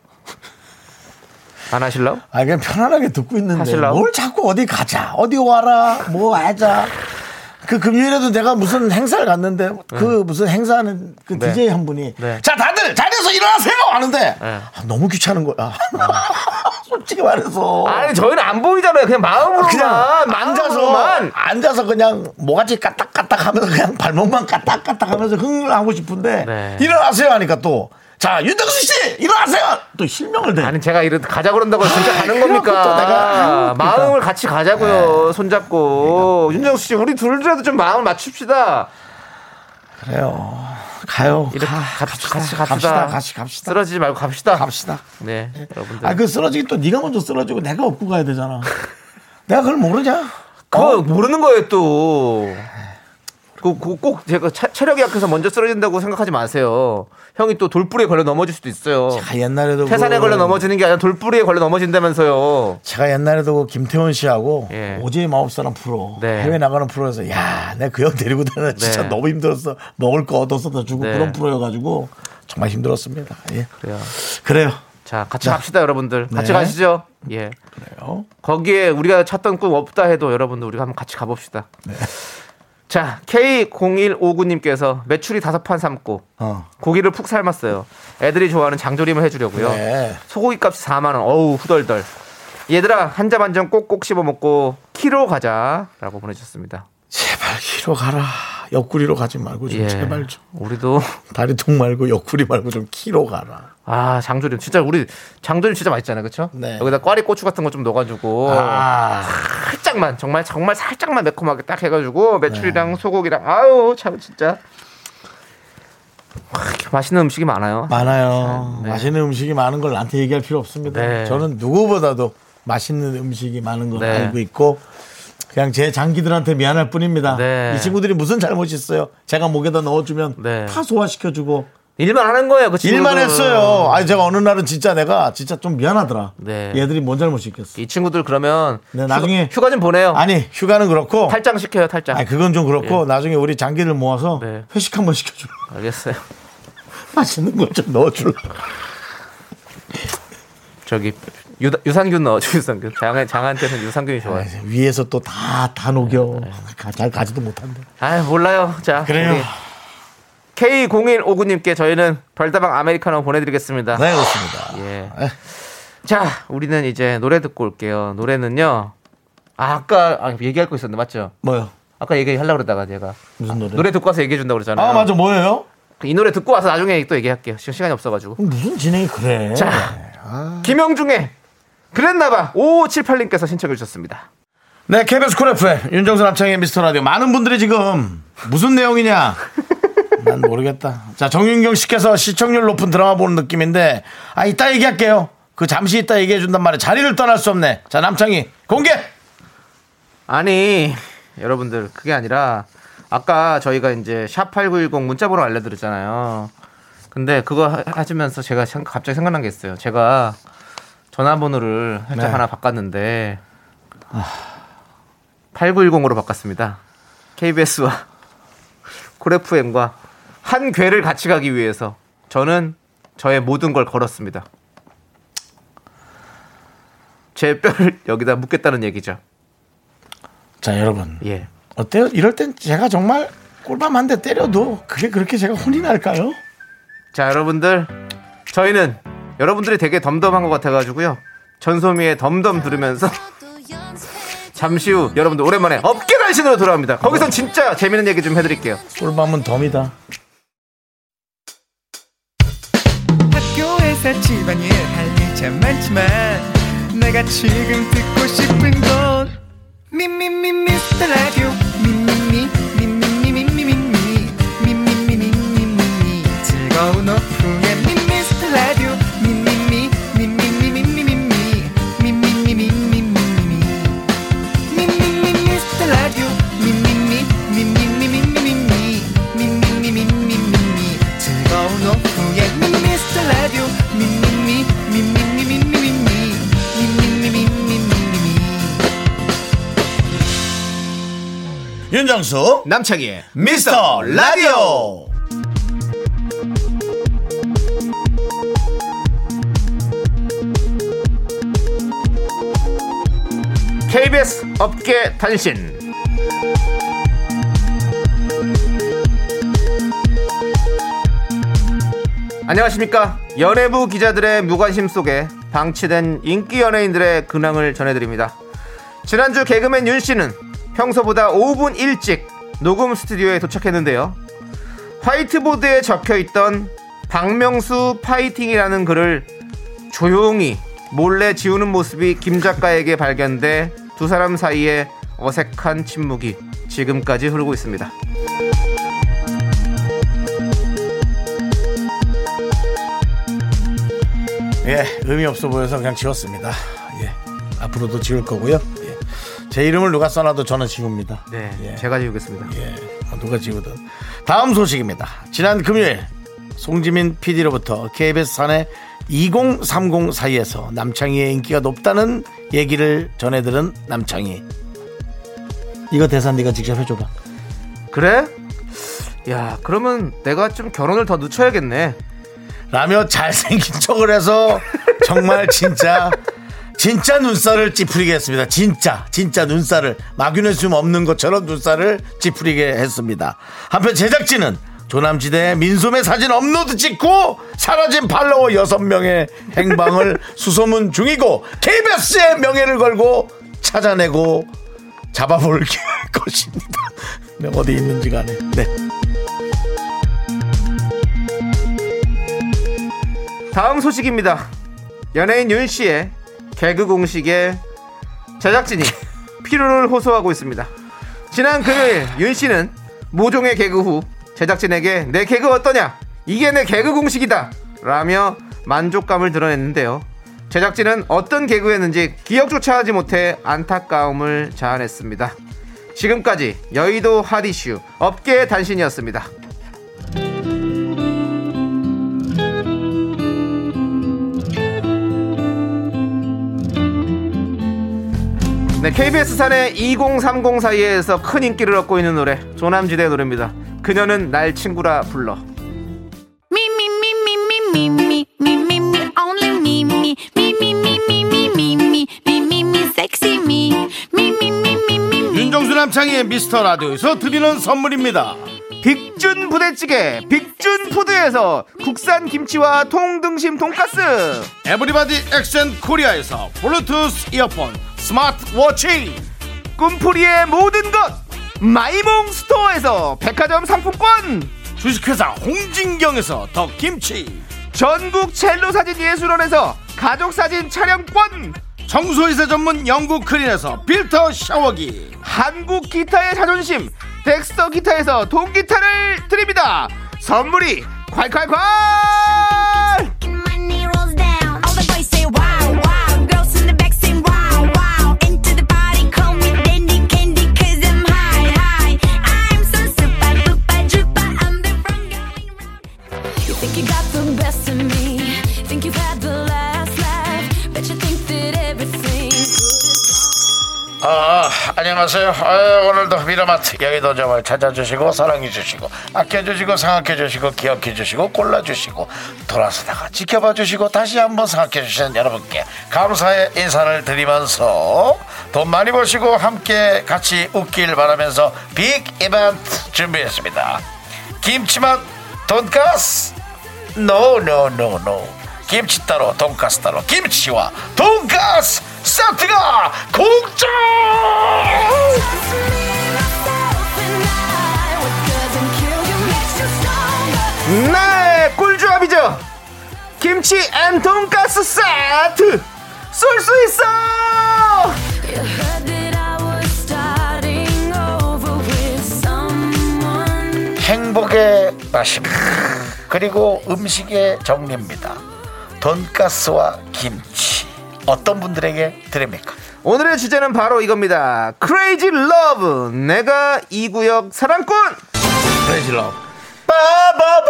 Speaker 2: 안 하실라고?
Speaker 1: 아 그냥 편안하게 듣고 있는데
Speaker 2: 하실라고?
Speaker 1: 뭘 자꾸 어디 가자 어디 와라 뭐 하자 그 금요일에도 내가 무슨 행사를 갔는데 그 무슨 행사하는 그
Speaker 2: 예. 네.
Speaker 1: DJ 한 분이
Speaker 2: 네. 예.
Speaker 1: 자 다들 자리에서 일어나세요 하는데 아, 너무 귀찮은 거야 솔직히 말해서
Speaker 2: 아니, 저희는 안 보이잖아요. 그냥 마음으로만.
Speaker 1: 그냥 앉아서
Speaker 2: 마음으로만.
Speaker 1: 앉아서 그냥 모가지 까딱까딱 하면서 그냥 발목만 까딱까딱 하면서 흥을 하고 싶은데
Speaker 2: 네.
Speaker 1: 일어나세요 하니까 또 자 윤정수 씨 일어나세요 또 실명을 대
Speaker 2: 네. 아니 제가 이런 가자 그런다고 해서 진짜
Speaker 1: 아,
Speaker 2: 가는
Speaker 1: 그럼
Speaker 2: 겁니까?
Speaker 1: 또 내가- 네. 아유, 그러니까.
Speaker 2: 마음을 같이 가자고요. 손잡고
Speaker 1: 네.
Speaker 2: 윤정수 씨 우리 둘이라도 좀 마음을 맞춥시다.
Speaker 1: 그래요 가요
Speaker 2: 이렇게
Speaker 1: 가.
Speaker 2: 같이 같이
Speaker 1: 갑시다.
Speaker 2: 갑시다.
Speaker 1: 같이 갑시다.
Speaker 2: 쓰러지지 말고 갑시다.
Speaker 1: 갑시다.
Speaker 2: 네, 여러분들.
Speaker 1: 아 그 쓰러지기 또 네가 먼저 쓰러지고 내가 업고 가야 되잖아. 내가 그걸 모르냐? 어?
Speaker 2: 그거 모르는 거예요 또.
Speaker 1: 네.
Speaker 2: 그, 그, 꼭 제가 차- 체력이 약해서 먼저 쓰러진다고 생각하지 마세요. 형이 또 돌뿌리에 걸려 넘어질 수도 있어요.
Speaker 1: 아, 옛날에도
Speaker 2: 태산에
Speaker 1: 그-
Speaker 2: 걸려 넘어지는 게 아니라 돌뿌리에 걸려 넘어진다면서요.
Speaker 1: 제가 옛날에도 그 김태원 씨하고
Speaker 2: 예.
Speaker 1: 오지의 마법사랑 프로
Speaker 2: 네.
Speaker 1: 해외 나가는 프로에서 야, 내가 그 형 데리고 다녀 진짜
Speaker 2: 네.
Speaker 1: 너무 힘들었어. 먹을 거 얻어서 다 주고
Speaker 2: 네.
Speaker 1: 그런 프로여가지고 정말 힘들었습니다. 예.
Speaker 2: 그래요.
Speaker 1: 그래요.
Speaker 2: 자, 같이 갑시다 여러분들. 같이
Speaker 1: 네.
Speaker 2: 가시죠. 예.
Speaker 1: 그래요.
Speaker 2: 거기에 우리가 찾던 꿈 없다 해도 여러분들 우리가 한번 같이 가봅시다.
Speaker 1: 네.
Speaker 2: 자, K0159님께서 매출이 다섯 판 삶고
Speaker 1: 어.
Speaker 2: 고기를 푹 삶았어요. 애들이 좋아하는 장조림을 해주려고요.
Speaker 1: 네.
Speaker 2: 소고기 값이 4만 원. 어우 후덜덜. 얘들아 한 잔 반잔 꼭꼭 씹어 먹고 키로 가자라고 보내주셨습니다.
Speaker 1: 제발 키로 가라. 옆구리로 가지 말고 좀
Speaker 2: 예.
Speaker 1: 네, 제발 좀
Speaker 2: 우리도
Speaker 1: 다리통 말고 옆구리 말고 좀 키로 가라.
Speaker 2: 아 장조림 진짜 우리 장조림 진짜 맛있잖아요, 그렇죠?
Speaker 1: 네.
Speaker 2: 여기다 꽈리 고추 같은 거 좀 넣어가지고
Speaker 1: 아,
Speaker 2: 살짝만 정말 정말 살짝만 매콤하게 딱 해가지고
Speaker 1: 네.
Speaker 2: 매출이랑 소고기랑 아유 참 진짜 와, 이렇게 맛있는 음식이 많아요.
Speaker 1: 많아요.
Speaker 2: 네.
Speaker 1: 맛있는 음식이 많은 걸 나한테 얘기할 필요 없습니다.
Speaker 2: 네.
Speaker 1: 저는 누구보다도 맛있는 음식이 많은 걸
Speaker 2: 네.
Speaker 1: 알고 있고 그냥 제 장기들한테 미안할 뿐입니다.
Speaker 2: 네.
Speaker 1: 이 친구들이 무슨 잘못이 있어요? 제가 목에다 넣어주면
Speaker 2: 네.
Speaker 1: 다 소화시켜주고
Speaker 2: 일만 하는 거예요, 그 친구들은.
Speaker 1: 일만 했어요. 아니 제가 어느 날은 진짜 내가 진짜 좀 미안하더라.
Speaker 2: 네.
Speaker 1: 얘들이 뭔 잘못이 있겠어?
Speaker 2: 이 친구들 그러면
Speaker 1: 네, 나중에-
Speaker 2: 휴가, 휴가 좀 보내요.
Speaker 1: 아니 휴가는 그렇고
Speaker 2: 탈장 시켜요, 탈장.
Speaker 1: 아니 그건 좀 그렇고 나중에 우리 장기를 모아서
Speaker 2: 예. 네.
Speaker 1: 회식 한번 시켜줘.
Speaker 2: 알겠어요.
Speaker 1: 맛있는 걸 좀 넣어줄라.
Speaker 2: 저기 유, 산균 넣어줘, 유산균. 장한 장한테는 유산균이 좋아요.
Speaker 1: 위에서 또 다 다 녹여
Speaker 2: 네.
Speaker 1: 가- 잘 가지도 못한데.
Speaker 2: 아 몰라요. 자
Speaker 1: 그래요.
Speaker 2: K 0159님께 저희는 별다방 아메리카노 보내드리겠습니다.
Speaker 1: 네 그렇습니다.
Speaker 2: 예.
Speaker 1: 에.
Speaker 2: 자, 우리는 이제 노래 듣고 올게요. 노래는요. 아, 아까 아, 얘기할 거 있었는데 맞죠?
Speaker 1: 뭐요?
Speaker 2: 아까 얘기하려고 그러다가 제가
Speaker 1: 무슨 노래?
Speaker 2: 노래 듣고 와서 얘기해 준다고 그러잖아요.
Speaker 1: 아 맞아 뭐예요?
Speaker 2: 이 노래 듣고 와서 나중에 또 얘기할게요. 지금 시간이 없어 가지고.
Speaker 1: 무슨 진행이 그래?
Speaker 2: 자. 김영중의 그랬나 봐. 5578님께서 신청해 주셨습니다.
Speaker 1: 네 KBS 쿨 FM 윤정수 남창의 미스터 라디오 많은 분들이 지금 무슨 내용이냐? 난 모르겠다. 자 정윤경 씨께서 시청률 높은 드라마 보는 느낌인데 아 이따 얘기할게요. 그 잠시 이따 얘기해 준단 말이야. 자리를 떠날 수 없네. 자 남창이 공개.
Speaker 2: 아니, 여러분들 그게 아니라 아까 저희가 이제 샵8910 문자번호 알려 드렸잖아요. 근데 그거 하- 하시면서 제가 생- 갑자기 생각난 게 있어요. 제가 전화번호를 살짝
Speaker 1: 네.
Speaker 2: 하나 바꿨는데 8910으로 바꿨습니다. KBS와 코레프엠과 한 궤를 같이 가기 위해서 저는 저의 모든 걸 걸었습니다. 제 뼈를 여기다 묻겠다는 얘기죠.
Speaker 1: 자, 여러분.
Speaker 2: 예.
Speaker 1: 어때요? 이럴 땐 제가 정말 꼴밤 한 대 때려도 그게 그렇게 제가 혼이 날까요?
Speaker 2: 자, 여러분들 저희는 여러분들이 되게 덤덤한 것 같아가지고요. 전소미의 덤덤 들으면서 잠시 후 여러분들 오랜만에 업계 단신으로 돌아옵니다. 거기선 진짜 재밌는 얘기 좀 해드릴게요.
Speaker 1: 꼴밤은 덤이다.
Speaker 5: 학교에서 집안일 할 일 참 많지만 내가 지금 듣고 싶은 건 미미미 미스터 라디오 미미미 미미미 미미미 미미미 미미미 즐거운 오후에 미스터 라디오 미미미 미미미 미미미 미미미 미미미 미미미 미스터 라디오 미미미 미미미 미미미 미미미 미미미 즐거운 오후에 미스터 라디오 미미미 미미미 미미미 미미미 미미미
Speaker 1: 윤정수
Speaker 2: 남창희의
Speaker 1: 미스터 라디오.
Speaker 2: KBS 업계 단신. 안녕하십니까. 연예부 기자들의 무관심 속에 방치된 인기 연예인들의 근황을 전해드립니다. 지난주 개그맨 윤 씨는 평소보다 5분 일찍 녹음 스튜디오에 도착했는데요. 화이트보드에 적혀 있던 박명수 파이팅이라는 글을 조용히 몰래 지우는 모습이 김 작가에게 발견돼 두 사람 사이에 어색한 침묵이 지금까지 흐르고 있습니다.
Speaker 1: 예, 의미 없어 보여서 그냥 지웠습니다. 예, 앞으로도 지울 거고요. 예. 제 이름을 누가 써놔도 저는 지웁니다.
Speaker 2: 네,
Speaker 1: 예.
Speaker 2: 제가 지우겠습니다.
Speaker 1: 예, 아, 누가 지우든. 다음 소식입니다. 지난 금요일 송지민 PD로부터 KBS 산의 2030 사이에서 남창희의 인기가 높다는 얘기를 전해들은 남창희. 이거 대사 네가 직접 해줘봐.
Speaker 2: 그래? 야, 그러면 내가 좀 결혼을 더 늦춰야겠네.
Speaker 1: 라며 잘생긴 척을 해서 정말 진짜 진짜 눈살을 찌푸리게 했습니다. 진짜 진짜 눈살을 마그네슘 없는 것처럼 눈살을 찌푸리게 했습니다. 한편 제작진은 조남지대 민소매 사진 업로드 찍고 사라진 팔로워 6명의 행방을 수소문 중이고 KBS의 명예를 걸고 찾아내고 잡아볼 것입니다. 네, 어디 있는지 간에. 네.
Speaker 2: 다음 소식입니다. 연예인 윤 씨의 개그 공식에 제작진이 필요를 호소하고 있습니다. 지난 금요일 윤 씨는 모종의 개그 후 제작진에게 내 개그 어떠냐? 이게 내 개그 공식이다! 라며 만족감을 드러냈는데요. 제작진은 어떤 개그였는지 기억조차 하지 못해 안타까움을 자아냈습니다. 지금까지 여의도 핫이슈 업계의 단신이었습니다. 네, KBS 산의 2030 사이에서 큰 인기를 얻고 있는 노래 조남지대의 노래입니다. 그녀는 날 친구라 불러.
Speaker 3: Me, me, me, me, me, me, me, me, me, me, only me, me, me, me, me, me, me, me, me, me, me, me, sexy me, me, me, me, me, me, me.
Speaker 1: 윤정수 남창희의 미스터 라디오에서 드리는 선물입니다.
Speaker 2: 빅준 부대찌개 빅준 푸드에서 국산 김치와 통등심 돈가스
Speaker 1: 에브리바디 엑센 코리아에서 블루투스 이어폰 스마트 워치
Speaker 2: 꿈풀이의 모든 것 마이몽 스토어에서 백화점 상품권
Speaker 1: 주식회사 홍진경에서 더 김치
Speaker 2: 전국 첼로 사진 예술원에서 가족 사진 촬영권
Speaker 1: 청소이사 전문 영국 크린에서 필터 샤워기
Speaker 2: 한국 기타의 자존심 덱스터 기타에서 동기타를 드립니다 선물이 콸콸콸
Speaker 3: Money rolls down, all the boys say wow, wow. Girls in the back say wow, wow. Into the party, call me dandy candy, cause I'm high, high. I'm so super, duper, duper, I'm the front going round.
Speaker 4: You think you got the best of me? Think you've had the last laugh? Bet you think that everything good is gone.
Speaker 1: 아 안녕하세요 마세요. 아유, 오늘도 미라마트 여의도 점을 찾아주시고 사랑해주시고 아껴주시고 생각해주시고 기억해주시고 골라주시고 돌아서다가 지켜봐주시고 다시 한번 생각해주신 여러분께 감사의 인사를 드리면서 돈 많이 버시고 함께 같이 웃길 바라면서 빅 이벤트 준비했습니다. 김치맛 돈가스 노노노노 김치 따로 돈가스 따로 김치와 돈가스 세트가 공짜
Speaker 2: 네, 꿀조합이죠. 김치 앤 돈가스 세트 쏠 수 있어.
Speaker 1: 행복의 맛입니다 그리고 음식의 정리입니다 돈가스와 김치 어떤 분들에게 드립니까
Speaker 2: 오늘의 주제는 바로 이겁니다. 크레이지 러브. 내가 이 구역 사랑꾼.
Speaker 1: 브레질러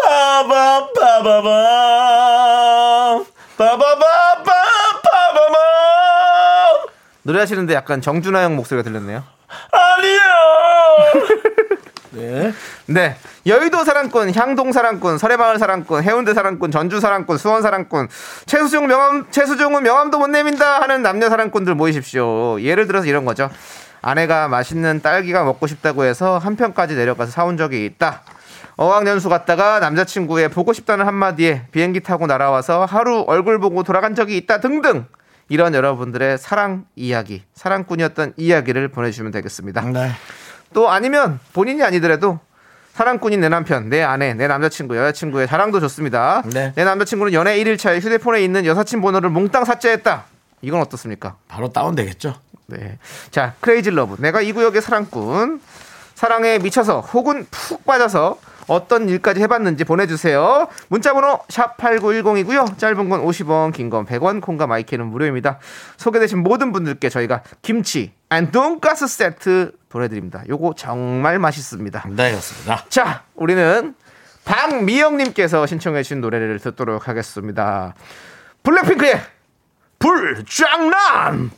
Speaker 2: 빠바바바바바밤.
Speaker 1: 빠바바바바바밤
Speaker 2: 노래하시는데 약간 정준하 형 목소리가 들렸네요.
Speaker 1: 아니요
Speaker 2: 네. 여의도 사랑꾼, 향동 사랑꾼, 설해마을 사랑꾼, 해운대 사랑꾼, 전주 사랑꾼, 수원 사랑꾼, 최수종 명함, 최수종은 명함도 못 내민다 하는 남녀 사랑꾼들 모이십시오. 예를 들어서 이런 거죠. 아내가 맛있는 딸기가 먹고 싶다고 해서 한편까지 내려가서 사온 적이 있다. 어학연수 갔다가 남자친구의 보고 싶다는 한마디에 비행기 타고 날아와서 하루 얼굴 보고 돌아간 적이 있다 등등. 이런 여러분들의 사랑 이야기, 사랑꾼이었던 이야기를 보내주시면 되겠습니다.
Speaker 1: 네.
Speaker 2: 또 아니면 본인이 아니더라도 사랑꾼인 내 남편, 내 아내, 내 남자친구, 여자친구의 사랑도 좋습니다.
Speaker 1: 네.
Speaker 2: 내 남자친구는 연애 1일차에 휴대폰에 있는 여사친 번호를 몽땅 삭제했다. 이건 어떻습니까?
Speaker 1: 바로 다운되겠죠
Speaker 2: 네. 자, 크레이지 러브. 내가 이 구역의 사랑꾼. 사랑에 미쳐서 혹은 푹 빠져서 어떤 일까지 해봤는지 보내주세요. 문자번호 샵8910이고요. 짧은 건 50원, 긴 건 100원, 콩과 마이키는 무료입니다. 소개되신 모든 분들께 저희가 김치, 안 돈가스 세트 보내드립니다. 요거 정말 맛있습니다.
Speaker 1: 네 그렇습니다
Speaker 2: 자, 우리는 박미영님께서 신청해주신 노래를 듣도록 하겠습니다. 블랙핑크의 불장난!